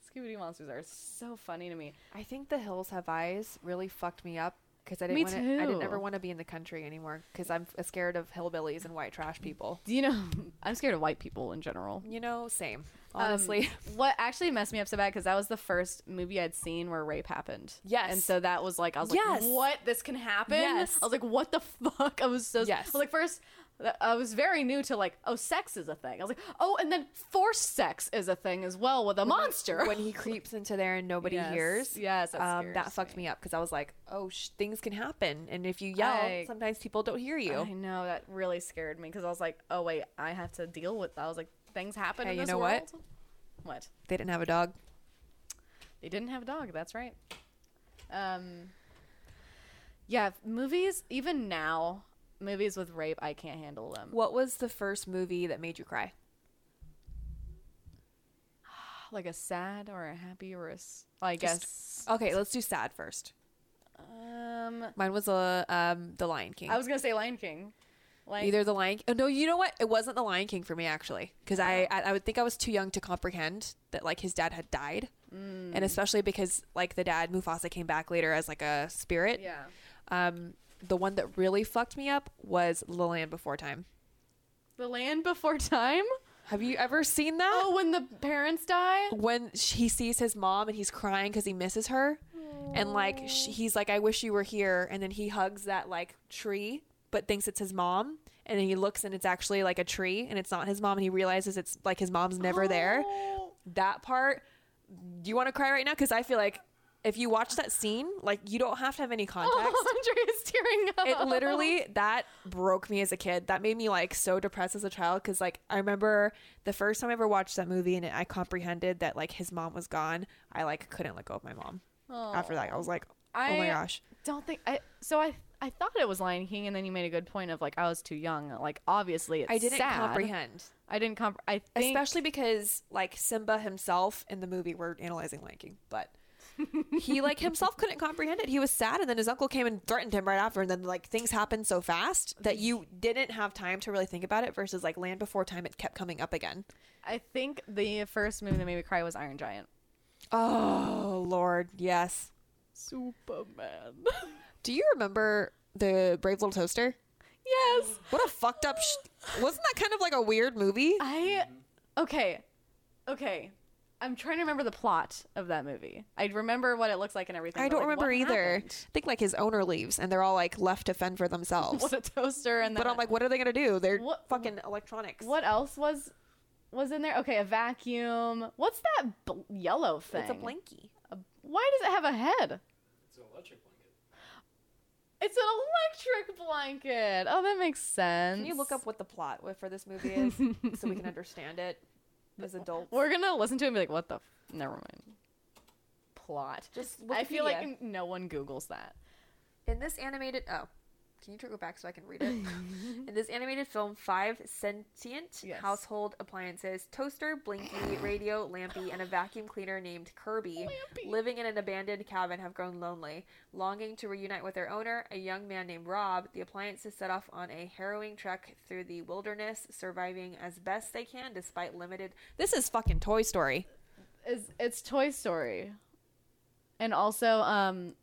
S1: Scooby Doo monsters are so funny to me.
S2: I think The Hills Have Eyes really fucked me up because I
S1: Me
S2: didn't want to. I didn't ever
S1: too.
S2: want to be in the country anymore because I'm f- scared of hillbillies and white trash people.
S1: Do you know? <laughs> I'm scared of white people in general.
S2: You know, same.
S1: Um,
S2: Honestly, <laughs>
S1: <laughs> what actually messed me up so bad because that was the first movie I'd seen where rape happened.
S2: Yes.
S1: and so that was like, I was
S2: Yes.
S1: like, "What? This can happen?"
S2: Yes.
S1: I was like, "What the fuck?" I was so I
S2: Yes.
S1: was like first. th- I was very new to like, oh, sex is a thing. I was like, oh, and then forced sex is a thing as well with a <laughs> monster.
S2: when he creeps into there and nobody
S1: Yes.
S2: hears,
S1: Yes, that
S2: um, that
S1: scares
S2: fucked
S1: me.
S2: me up because I was like, oh, sh- things can happen, and if you yell,
S1: I-
S2: sometimes people don't hear you.
S1: I know that really scared me because I was like, oh wait, I have to deal with. I was like, things happen.
S2: Hey,
S1: in
S2: you
S1: this
S2: know
S1: world.
S2: what?
S1: What?
S2: they didn't have a dog.
S1: They didn't have a dog. That's right. Um. Yeah, movies. Even now, movies with rape, I can't handle them.
S2: What was the first movie that made you cry?
S1: Like a sad or a happy or a. s- I guess.
S2: Okay, let's do sad first.
S1: Um.
S2: Mine was uh, um, The Lion King.
S1: I was gonna say Lion King. Like
S2: Either the Lion. Oh, no, you know what? It wasn't the Lion King for me actually, because I, I I would think I was too young to comprehend that like his dad had died, and especially because like the dad Mufasa came back later as like a spirit.
S1: Yeah.
S2: Um, the one that really fucked me up was The Land Before Time.
S1: The Land Before
S2: <laughs>
S1: Time.
S2: Have you ever seen that?
S1: Oh, when the parents die.
S2: When sh- he sees his mom and he's crying because he misses her, and like sh he's like, "I wish you were here," and then he hugs that like tree, but thinks it's his mom, and then he looks and it's actually like a tree, and it's not his mom, and he realizes it's like his mom's never there.
S1: Oh.
S2: that part do you want to cry right now because i feel like if you watch that scene like you don't have to have any
S1: <laughs>
S2: context
S1: Andrea's tearing up.
S2: <laughs> it literally that broke me as a kid that made me like so depressed as a child because like i remember the first time i ever watched that movie and i comprehended that like his mom was gone i like couldn't let go of my mom after that i was like oh my
S1: I-
S2: gosh
S1: don't think I. So I I thought it was Lion King, and then you made a good point of like I was too young. Like obviously it's
S2: i didn't
S1: sad.
S2: comprehend
S1: I didn't comp. I think
S2: <laughs> especially because like simba himself in the movie we're analyzing lion king but he like himself couldn't comprehend it. He was sad, and then his uncle came and threatened him right after. And then like things happened so fast that you didn't have time to really think about it. Versus like Land Before Time, it kept coming up again.
S1: I think the first movie that made me cry was Iron Giant.
S2: Oh Lord, yes.
S1: Superman.
S2: Do you remember the Brave Little Toaster?
S1: <laughs> yes.
S2: What a fucked up. Sh- Wasn't that kind of like a weird movie?
S1: I okay, okay. I'm trying to remember the plot of that movie. I remember what it looks like and everything.
S2: I
S1: but,
S2: don't
S1: like, what
S2: remember either.
S1: happened? <laughs>
S2: I think like his owner leaves, and they're all like left to fend for themselves.
S1: What a toaster and then
S2: but I'm like, what are they gonna do? They're
S1: What-
S2: fucking electronics.
S1: what else was was in there? Okay, a vacuum. What's that bl- yellow thing?
S2: It's a blankie.
S1: Why does it have a head?
S3: It's an electric blanket.
S1: It's an electric blanket. Oh, that makes sense.
S2: Can you look up what the plot wa- for this movie is so
S1: <laughs>
S2: we can understand it as adults?
S1: We're gonna listen to it and be like, "What the? F-? Never mind." Plot.
S2: Just
S1: I feel like
S2: Wikipedia.
S1: n- no one Googles that.
S2: In this animated oh, can you tr- go back so I can
S1: <laughs>
S2: read it? In this animated film, five sentient
S1: Yes.
S2: household appliances, toaster, blinky, radio, lampy, and a vacuum cleaner named Kirby,
S1: Lampy.
S2: living in an abandoned cabin, have grown lonely, longing to reunite with their owner, a young man named Rob. The appliances set off on a harrowing trek through the wilderness, surviving as best they can despite limited. This is fucking Toy Story.
S1: is it's Toy Story, and also um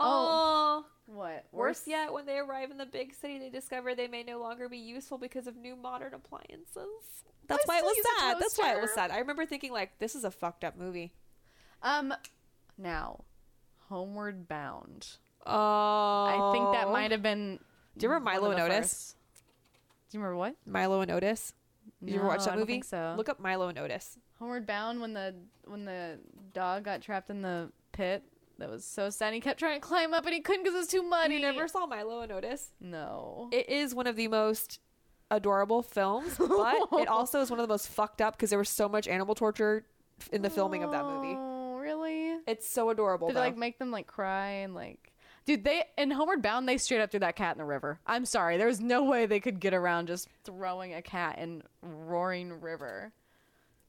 S2: Oh.
S1: what
S2: Worse yet, when they arrive in the big city, they discover they may no longer be useful because of new modern appliances. That's
S1: I
S2: why it
S1: still
S2: was
S1: use a
S2: sad. That's why it was
S1: toaster.
S2: sad. I remember thinking like, this is a fucked up movie.
S1: Um, now, Homeward Bound.
S2: Oh,
S1: I think that might have been.
S2: Do you remember
S1: one of
S2: Milo
S1: the
S2: and Otis?
S1: first. Do you remember what?
S2: Milo and Otis. You ever
S1: No,
S2: watch that
S1: I don't
S2: movie?
S1: think so.
S2: Look up Milo and Otis.
S1: Homeward Bound when the when the dog got trapped in the pit. That was so sad. He kept trying to climb up and he couldn't because it was too muddy.
S2: You never saw Milo and Otis?
S1: No.
S2: It is one of the most
S1: <laughs>
S2: adorable films, but it also is one of the most fucked up because there was so much animal torture in the filming of that movie.
S1: Oh, really?
S2: It's so adorable.
S1: Did
S2: though.
S1: they like make them like cry and like dude they in Homeward Bound they straight up threw that cat in the river. I'm sorry, there's no way they could get around just throwing a cat in roaring river.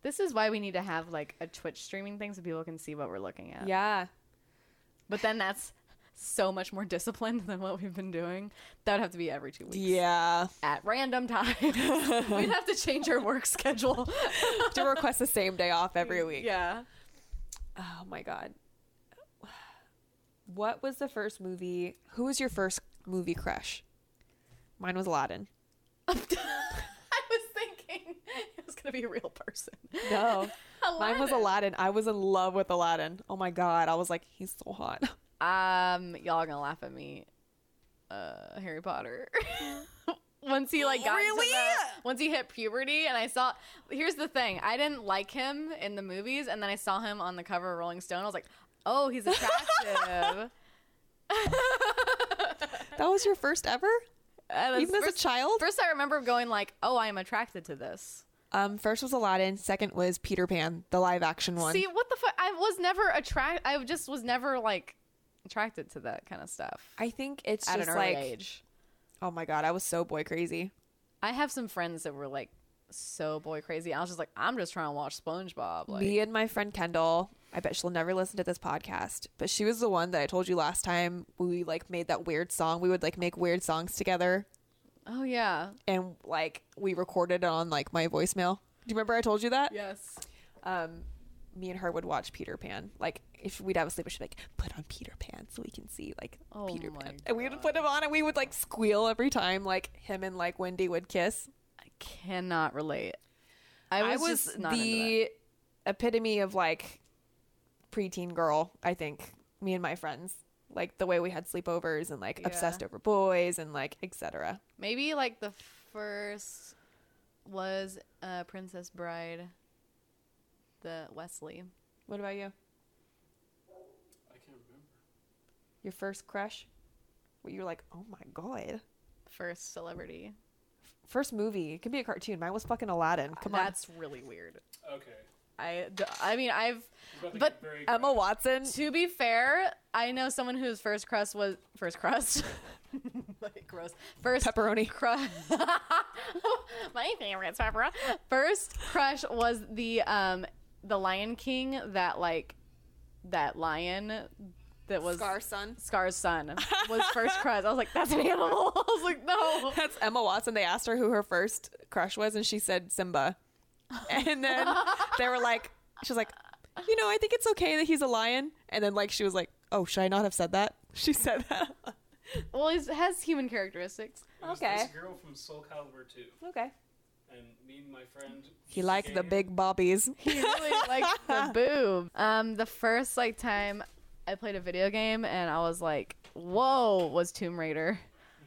S1: This is why we need to have like a Twitch streaming thing so people can see what we're looking at.
S2: yeah.
S1: But then that's so much more <laughs> disciplined than what we've been doing. That would have to be every two weeks.
S2: Yeah.
S1: At random
S2: <laughs>
S1: times. We'd have to change our work schedule.
S2: to request the same day off every week.
S1: yeah.
S2: Oh my god. What was the first movie? Who was your first movie crush? Mine was Aladdin.
S1: <laughs> I was thinking it was gonna be a real person.
S2: No. <laughs> Mine was
S1: Aladdin.
S2: Aladdin. I was in love with Aladdin. Oh my god. I was like, he's so hot. <laughs>
S1: Um, y'all are gonna laugh at me. Uh, Harry Potter. <laughs> once he like got into
S2: Really?
S1: the- once he hit puberty, and I saw. Here's the thing: I didn't like him in the movies, and then I saw him on the cover of Rolling Stone. I was like, oh,
S2: <laughs>
S1: he's attractive. <laughs>
S2: That was your first ever?
S1: And
S2: Even as a
S1: first,
S2: child?
S1: first, I remember going like, oh, I am attracted to this.
S2: Um, first was Aladdin. Second was Peter Pan, the live action one.
S1: See, what the fuck? I was never attract. I just was never like attracted to that kind of stuff
S2: I think it's
S1: at
S2: just
S1: an early
S2: like,
S1: age.
S2: oh my god, I was so boy crazy.
S1: I have some friends that were like so boy crazy. I was just like, I'm just trying to watch SpongeBob. Like,
S2: Me and my friend Kendall, I bet she'll never listen to this podcast, but she was the one that I told you last time we like made that weird song. We would like make weird songs together
S1: oh yeah,
S2: and like we recorded it on like my voicemail. Do you remember I told you that?
S1: yes.
S2: Um me and her would watch Peter Pan. Like if we'd have a sleep, she'd be like, put on Peter Pan so we can see like
S1: Oh
S2: Peter
S1: my
S2: Pan. And we would put him on and we would like squeal every time like him and like Wendy would kiss.
S1: I cannot relate. I was, just not into
S2: the epitome of like preteen girl. I think me and my friends like the way we had sleepovers and like
S1: Yeah.
S2: obsessed over boys and like etc.
S1: that. Maybe like the first was uh, Princess Bride, the Wesley.
S2: What about you?
S3: I can't remember.
S2: Your first crush? What you were like? Oh my god!
S1: First celebrity.
S2: First movie. It could be a cartoon. Mine was fucking Aladdin. Come
S1: That's really weird.
S3: Okay.
S1: I, d- I mean, I've.
S3: He's about to
S1: But
S3: get very
S2: on. Emma
S3: graphic.
S2: Watson.
S1: To be fair, I know someone whose first crust was first crust. <laughs> like gross. First
S2: Pepperoni.
S1: crush. <laughs> My favorite Sabra. First crush was the um the Lion King that like that lion that was
S2: Scar Sun.
S1: Scar's <laughs> son was first crush. I was like, that's an animal. <laughs> I was like, no.
S2: That's Emma Watson. They asked her who her first crush was, and she said Simba. And then they were like, she was like, you know, I think it's okay that he's a lion. And then like she was like, oh, should I not have said that? <laughs> She said that.
S1: Well, he has human characteristics.
S3: It was
S2: Okay.
S3: This girl from Soul Calibur 2,
S2: Okay.
S3: and me and my friend.
S2: He liked the
S3: Gabe-
S2: big bobbies.
S1: He really likes
S2: <laughs>
S1: the boob. Um, the first like time I played a video game and I was like, whoa, was Tomb Raider.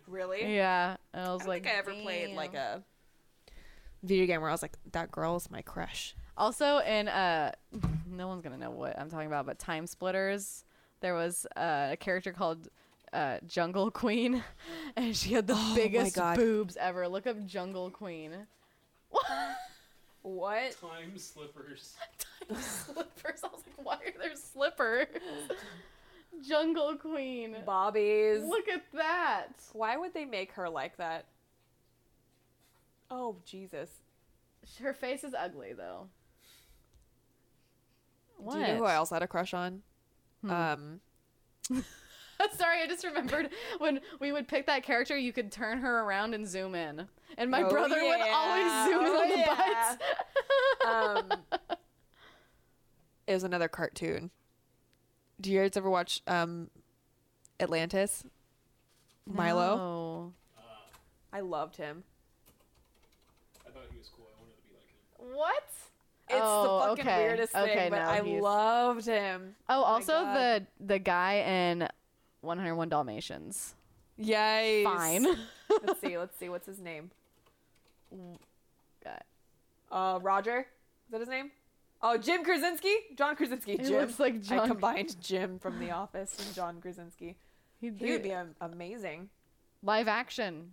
S2: Really?
S1: Yeah, and I
S2: I
S1: was
S2: don't
S1: like,
S2: think I ever played
S1: damn.
S2: like a video game where I was like, that girl's my crush.
S1: Also, in uh, no one's gonna know what I'm talking about, but Time Splitters, there was uh, a character called uh, Jungle Queen, <laughs> and she had the
S2: Oh my
S1: biggest
S2: God.
S1: boobs ever. Look up Jungle
S2: <laughs>
S1: Queen.
S2: What?
S3: Time <laughs> slippers.
S1: <laughs> Time slippers. I was like, why are there slippers? Jungle Queen.
S2: Bobbies.
S1: Look at that.
S2: Why would they make her like that? Oh Jesus!
S1: Her face is ugly though. What? Hmm.
S2: Do you
S1: <laughs>
S2: know who I also had a crush on? Um,
S1: Sorry, I just remembered when we would pick that character, you could turn her around and zoom in. And my
S2: Oh,
S1: brother would
S2: yeah.
S1: always zoom in
S2: Oh,
S1: on the
S2: yeah.
S1: butts.
S2: um, it was another cartoon. Do you guys ever watch um, Atlantis? Milo.
S1: No.
S3: Uh,
S2: I loved him.
S3: I thought he was cool. I wanted to be like him.
S1: What?
S2: It's
S1: Oh,
S2: the fucking
S1: okay.
S2: weirdest thing,
S1: Okay,
S2: but
S1: no,
S2: I
S1: he's-
S2: loved him.
S1: Oh, also
S2: God.
S1: the the guy in 101 Dalmatians.
S2: Yay! <laughs>
S1: Fine.
S2: let's see. Let's see. What's his name?
S1: God.
S2: Uh, Roger. Is that his name? Oh, Jim Krasinski. John Krasinski.
S1: It
S2: Jim.
S1: looks like
S2: I
S1: John-
S2: combined
S1: <laughs>
S2: Jim from The Office and John Krasinski.
S1: He'd
S2: He would be Uh-huh. am- amazing.
S1: live action.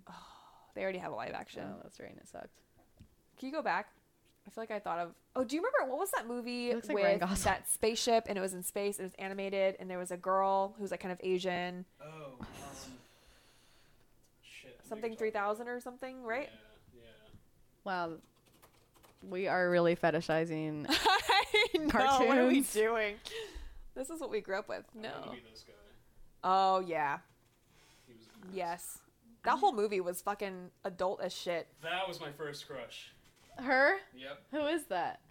S2: They already have a live action.
S1: Oh, that's right. and It sucked.
S2: Can you go back? I feel like I thought of. Oh, do you remember what was that movie
S1: It looks like Ryan
S2: with
S1: Gosling.
S2: that spaceship and it was in space? It was animated and there was a girl who was like kind of Asian,
S3: Oh, um, shit. I
S2: something
S3: think you're
S2: three
S3: talking-
S2: thousand or something, right?
S3: Yeah, yeah.
S1: Wow. We are really fetishizing.
S2: <laughs> I know, What are we
S1: Cartoons.
S2: doing? This is what we grew up with.
S3: I wanted to
S2: No.
S3: be this guy.
S2: Oh yeah.
S3: He was.
S2: Yes. That whole movie was fucking adult as shit.
S3: That was my first crush.
S1: Her?
S3: Yep.
S1: Who is that?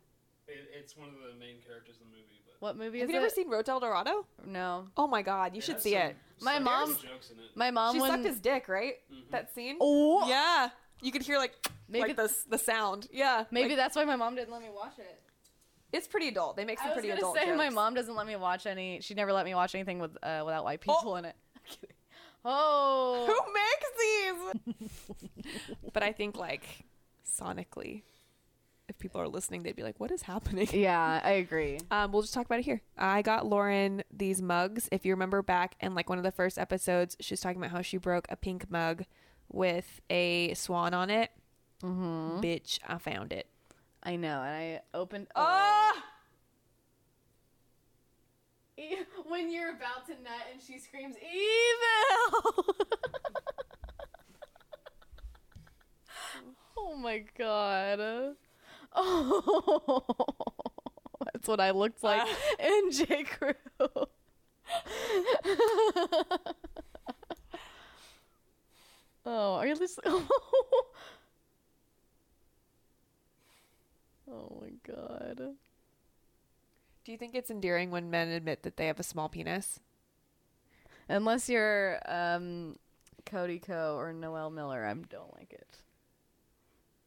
S3: It, it's one of the main characters in the movie. But
S1: What movie
S2: Have
S1: is
S2: you never
S1: it?
S2: seen Road to El Dorado?
S1: no.
S2: Oh my god, you
S3: It
S2: should
S3: has
S2: see
S3: some-
S2: it.
S1: My
S3: some
S1: mom-
S3: good jokes in it.
S1: My mom
S2: She
S1: when
S2: sucked his dick, right?
S3: Mhm.
S2: That scene.
S1: <laughs> Oh.
S2: yeah. You could hear like
S1: Maybe-
S2: like the s- the sound. Yeah.
S1: Maybe
S2: Like,
S1: that's why my mom didn't let me watch it.
S2: it's pretty adult. They make some
S1: I was
S2: pretty
S1: gonna
S2: adult
S1: say
S2: jokes.
S1: my
S2: <laughs>
S1: mom doesn't let me watch any. She never let me watch anything with uh, without white people
S2: Oh.
S1: in it. <laughs> Oh,
S2: Who <laughs> makes these? <laughs> but I think like sonically, if people are listening, they'd be like, "What is happening?" <laughs>
S1: yeah, I agree.
S2: Um, we'll just talk about it here. I got Lauren these mugs. If you remember back in like one of the first episodes, she was talking about how she broke a pink mug with a swan on it. Mm-hmm. Bitch, I found it.
S1: I know, and I opened.
S2: Oh,
S1: Ah! <laughs> when you're about to nut and she screams evil. <laughs> oh my god. <laughs> Oh, that's what I looked <laughs> like in J Crew. <laughs> oh, are you listening? <laughs> oh my god.
S2: do you think it's endearing when men admit that they have a small penis?
S1: Unless you're um, Cody Co or Noel Miller, I don't like it.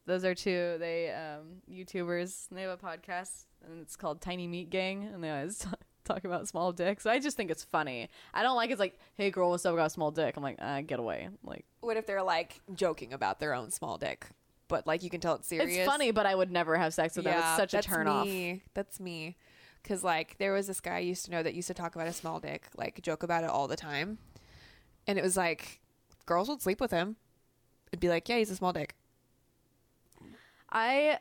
S1: Those are two they um, YouTubers. And they have a podcast and it's called Tiny Meat Gang, and they always <laughs> t- talk about small dicks. I just think it's funny. I don't like it's like, hey girl, what's up? I got a small dick. I'm like, uh, get away. Like
S2: What if they're like joking about their own small dick, but like you can tell it's serious?
S1: it's funny, but I would never have sex with them. It's such a
S2: that's
S1: turn off.
S2: me. That's me. Cause like there was this guy I used to know that used to talk about a small dick, like joke about it all the time, and it was like girls would sleep with him. It'd be like, yeah, he's a small dick.
S1: I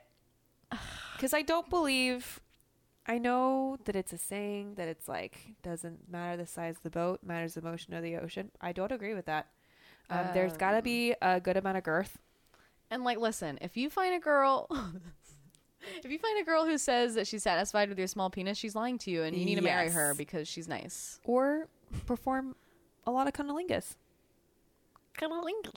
S2: Cause I don't believe. I know that it's a saying that it's like doesn't matter the size of the boat, matters the motion of the ocean. I don't agree with that. Um, there's got to be a good amount of girth.
S1: and like listen, if you find a girl <laughs> If you find a girl who says that she's satisfied with your small penis, she's lying to you, and you need to marry
S2: Yes.
S1: her because she's nice. <laughs>
S2: Or perform a lot of cunnilingus. <laughs> Cunnilingus.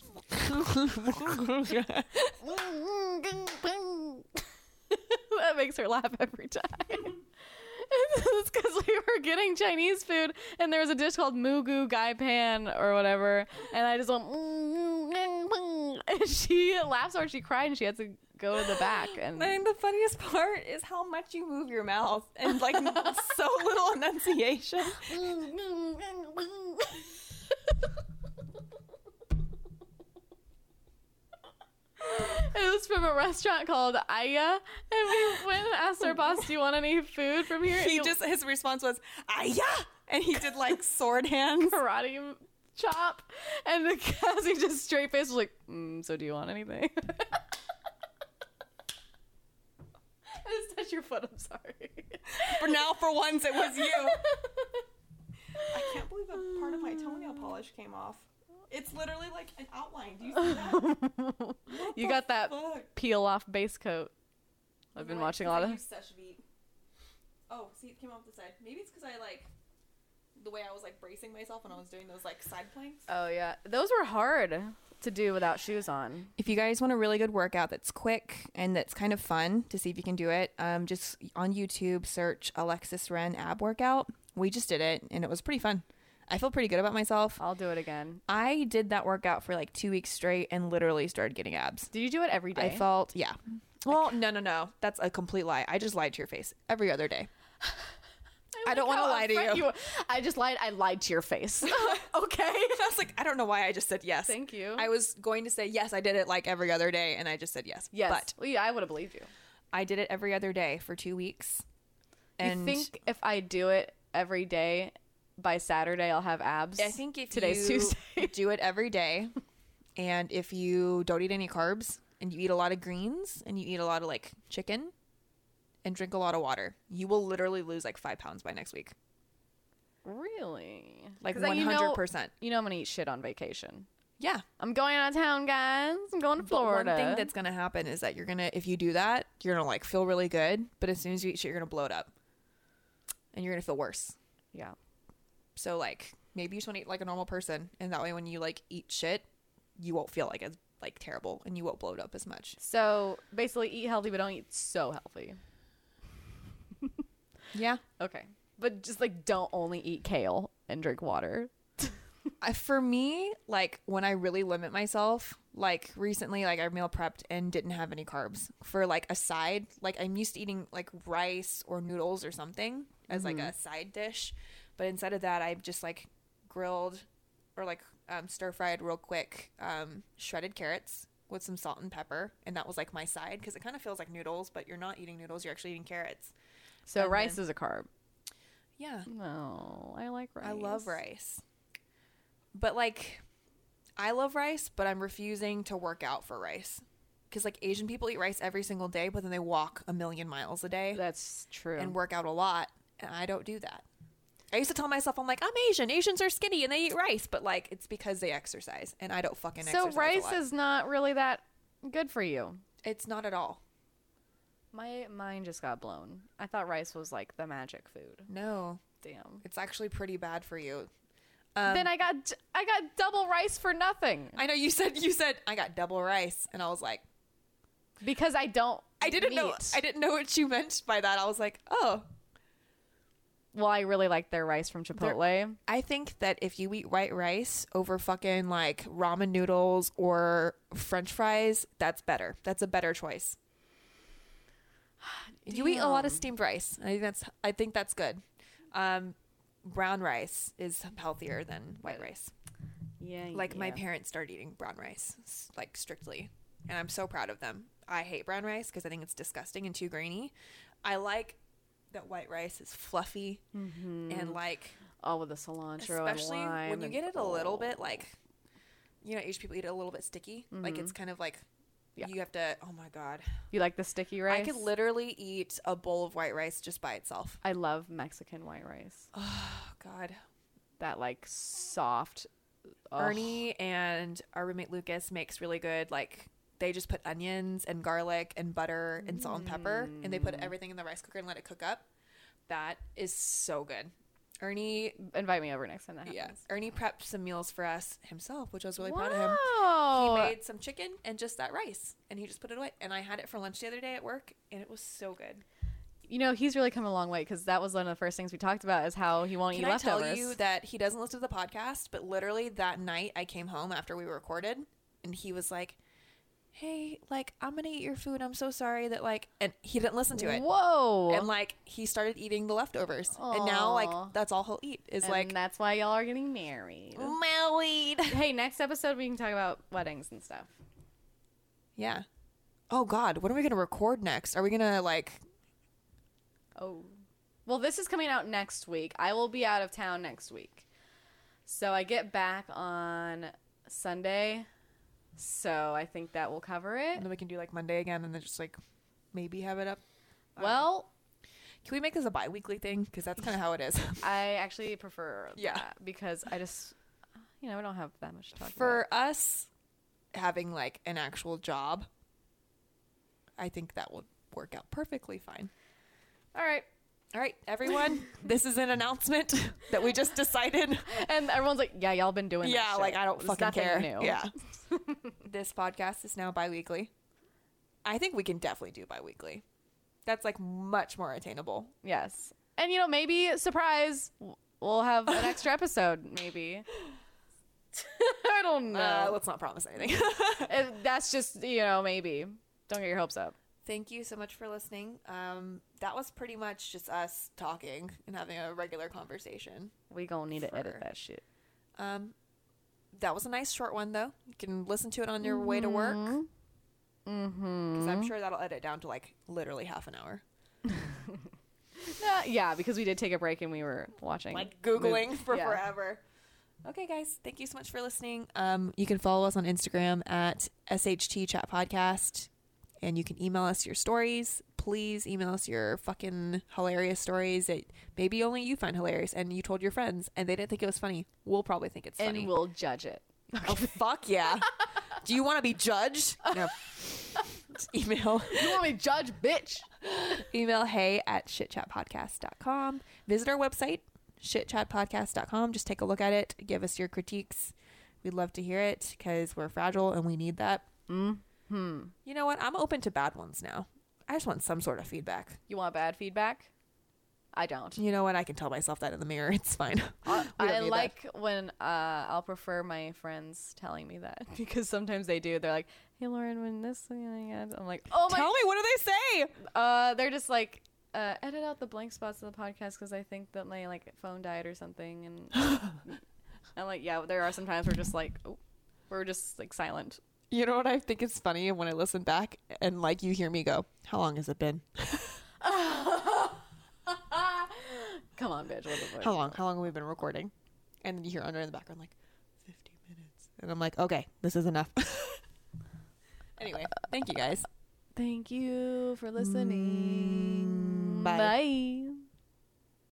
S1: that makes her laugh every time. <laughs> it's because we were getting Chinese food, and there was a dish called mugu gai pan or whatever, and I just went. "Mm, <laughs> And she laughs or she cried, and she had to go to the back. <laughs> And
S2: And the funniest part is how much you move your mouth and <laughs> like so little enunciation.
S1: It was from a restaurant called Aya, and we went and asked our boss, "Do you want any food from here?" And
S2: He just his response was "Aya," and he did <laughs> like sword hands.
S1: karate chop, and the Cassie just straight face was like, mm, "So do you want anything?" <laughs> I just touched your foot. I'm sorry.
S2: But now, for once, it was you. I can't believe a part of my toenail polish came off. It's literally like an outline. Do you see that?
S1: <laughs> you got that
S2: Fuck.
S1: peel off base coat. I've been
S2: Right,
S1: watching a
S2: 'cause
S1: lot of.
S2: I use Sesh Beat. Oh, see, it came off the side. Maybe it's because I like the way I was like bracing myself when I was doing those like side planks.
S1: Oh yeah, those were hard to do without shoes on.
S2: If you guys want a really good workout that's quick and that's kind of fun to see if you can do it, um, just on YouTube search Alexis Ren ab workout. We just did it and it was pretty fun. I feel pretty good about myself.
S1: I'll do it again.
S2: I did that workout for like two weeks straight and literally started getting abs.
S1: Do you do it every day?
S2: I felt, yeah. Well, no, no, no. That's a complete lie. I just lied to your face every other day. I don't
S1: like
S2: wanna
S1: how
S2: lie to
S1: upfront
S2: you.
S1: were- I just lied. I lied to your face. <laughs> okay.
S2: <laughs> I was like, I don't know why I just said yes.
S1: Thank you.
S2: I was going to say yes, I did it like every other day, and I just said yes.
S1: yes.
S2: But
S1: well, yeah, I would have believed you.
S2: I did it every other day for two weeks.
S1: you
S2: And
S1: think if I do it every day by Saturday, I'll have abs?
S2: I think if
S1: today's
S2: you
S1: Tuesday. <laughs>
S2: <laughs> do it every day, and if you don't eat any carbs and you eat a lot of greens and you eat a lot of like chicken and drink a lot of water, you will literally lose like five pounds by next week.
S1: really?
S2: Like
S1: 'Cause then
S2: one
S1: you know-
S2: hundred percent.
S1: You know I'm gonna eat shit on vacation.
S2: Yeah.
S1: I'm going out of town, guys. I'm going to
S2: But
S1: Florida.
S2: One thing that's gonna happen is that you're gonna if you do that, you're gonna like feel really good, but as soon as you eat shit, you're gonna bloat up, and you're gonna feel worse.
S1: yeah.
S2: So like maybe you just want to eat like a normal person, and that way when you like eat shit, you won't feel like it's like terrible, and you won't bloat up as much.
S1: So basically, eat healthy, but don't eat so healthy.
S2: Yeah,
S1: Okay. But just like don't only eat kale and drink water.
S2: I, for me, like when I really limit myself, like recently, like I meal prepped and didn't have any carbs for like a side. Like I'm used to eating like rice or noodles or something as like a side dish, but instead of that, I've just like grilled or like um, stir fried real quick um, shredded carrots with some salt and pepper, and that was like my side because it kind of feels like noodles, but you're not eating noodles; you're actually eating carrots.
S1: So
S2: And
S1: rice
S2: then-
S1: is a carb.
S2: Yeah,
S1: No, I like rice.
S2: I love rice. But like I love rice, but I'm refusing to work out for rice. Cuz like Asian people eat rice every single day, but then they walk a million miles a day
S1: That's true.
S2: and work out a lot, and I don't do that. I used to tell myself I'm like, I'm Asian. Asians are skinny and they eat rice, but like it's because they exercise and I don't fucking
S1: so
S2: exercise. a
S1: rice
S2: lot.
S1: is not really that good for you.
S2: it's not at all.
S1: My mind just got blown. I thought rice was like the magic food.
S2: No.
S1: Damn. Um,
S2: It's actually pretty bad for you.
S1: then I got I got double rice for nothing
S2: I know you said you said I got double rice and I was like,
S1: because I don't.
S2: I didn't know
S1: eat.
S2: I didn't know what you meant by that. I was like, "Oh,
S1: well, I really like their rice from Chipotle.
S2: I think that if you eat white rice over fucking like ramen noodles or french fries, that's better. That's a better choice. <sighs> You eat a lot of
S1: Damn.
S2: steamed rice. I think that's I think that's good. Um brown rice is healthier than white rice.
S1: yeah.
S2: Like my
S1: yeah.
S2: parents started eating brown rice s- like strictly, and I'm so proud of them. I hate brown rice because I think it's disgusting and too grainy. I like that white rice is fluffy
S1: Mm-hmm.
S2: and like
S1: Oh, with the cilantro
S2: especially
S1: and lime.
S2: when you
S1: and-
S2: get it a little bit
S1: oh.
S2: like you know asian people eat it a little bit sticky like it's kind of like
S1: Mm-hmm. Yeah.
S2: you have to oh my god
S1: You like the sticky rice?
S2: i could literally eat a bowl of white rice just by itself
S1: I love Mexican white rice.
S2: oh god
S1: That like soft. ugh.
S2: ernie and our roommate lucas makes really good like they just put onions and garlic and butter and salt and pepper and they put
S1: Mm.
S2: everything in the rice cooker and let it cook up. That is so good. Ernie,
S1: Invite me over next time that happens.
S2: yeah, Ernie prepped some meals for us himself, which I was really proud of him. He
S1: Wow.
S2: made some chicken and just that rice, and he just put it away. And I had it for lunch the other day at work, and it was so good.
S1: you know, he's really come a long way because that was one of the first things we talked about is how he won't
S2: Can
S1: eat
S2: I
S1: leftovers.
S2: tell you that he doesn't listen to the podcast, but literally that night I came home after we recorded and he was like, Hey, like, I'm gonna eat your food. I'm so sorry that like and he didn't listen to it.
S1: Whoa.
S2: And like he started eating the leftovers. And now like
S1: Aw.
S2: that's all he'll eat is
S1: And
S2: like
S1: that's why y'all are getting married. <laughs>
S2: married.
S1: hey, next episode we can talk about weddings and stuff.
S2: Yeah. Oh god, when are we gonna record next? Are we gonna like
S1: Oh. Well, this is coming out next week. I will be out of town next week. So I get back on Sunday. So I think that will cover it.
S2: and then we can do like Monday again and then just like maybe have it up? Um,
S1: Well,
S2: Can we make this a bi weekly thing? Because that's kinda how it is. <laughs>
S1: I actually prefer
S2: Yeah.
S1: that because I just, you know, I don't have that much to talk
S2: for us having like an actual job i think that will work out perfectly fine
S1: about. All right.
S2: all right <laughs> everyone this is an announcement that we just <laughs> decided
S1: And everyone's like, yeah, y'all been doing
S2: yeah
S1: this.
S2: like i don't fucking care
S1: New.
S2: <laughs> yeah this podcast is now bi-weekly i think we can definitely do bi-weekly that's like much more attainable
S1: Yes. And, you know, maybe, surprise, w- we'll have
S2: <laughs>
S1: an extra episode, maybe. I don't know.
S2: uh, let's not promise anything <laughs>
S1: Uh, that's just you know maybe don't get your hopes up
S2: thank you so much for listening um, that was pretty much just us talking and having a regular conversation
S1: we gonna need to edit
S2: Sure.
S1: that shit
S2: Um, that was a nice short one though. You can listen to it on your way to work because
S1: mm-hmm
S2: I'm sure that'll edit down to like literally half an hour.
S1: yeah because we did take a break and we were watching
S2: Like googling for
S1: yeah.
S2: forever. Okay, guys, thank you so much for listening. Um, you can follow us on Instagram at sht chat podcast, and you can email us your stories. Please email us your fucking hilarious stories that maybe only you find hilarious, and you told your friends, and they didn't think it was funny. We'll probably think it's
S1: and
S2: funny.
S1: we'll judge it
S2: Oh
S1: <laughs>
S2: fuck yeah! Do you want to be judged? No. Just email
S1: you want me to judge bitch
S2: email hey at shitchatpodcast.com. Visit our website shitchatpodcast.com. Just take a look at it. Give us your critiques. We'd love to hear it because we're fragile and we need that.
S1: hmm
S2: You know what? I'm open to bad ones now. I just want some sort of feedback.
S1: you want bad feedback i don't
S2: You know what? I can tell myself that in the mirror. <laughs> It's fine.
S1: I,
S2: We don't
S1: I
S2: need that.
S1: like when uh, I'll prefer my friends telling me that <laughs> because sometimes they do. They're like, "Hey, Lauren, when this," I'm like, "Oh my
S2: Tell me what do they say?
S1: Uh, they're just like uh, edit out the blank spots of the podcast because I think that my like phone died or something,
S2: <laughs>
S1: and I'm like, yeah, there are sometimes we're just like, oh, we're just like
S2: <laughs>
S1: silent.
S2: You know what I think is funny when I listen back and like you hear me go, "How long has it been?"
S1: Come on, bitch. What the fuck?
S2: how long how long have we been recording and then you hear under in the background like 50 minutes and i'm like okay this is enough <laughs> anyway thank you guys
S1: Thank you for listening.
S2: Mm, bye.
S1: Bye.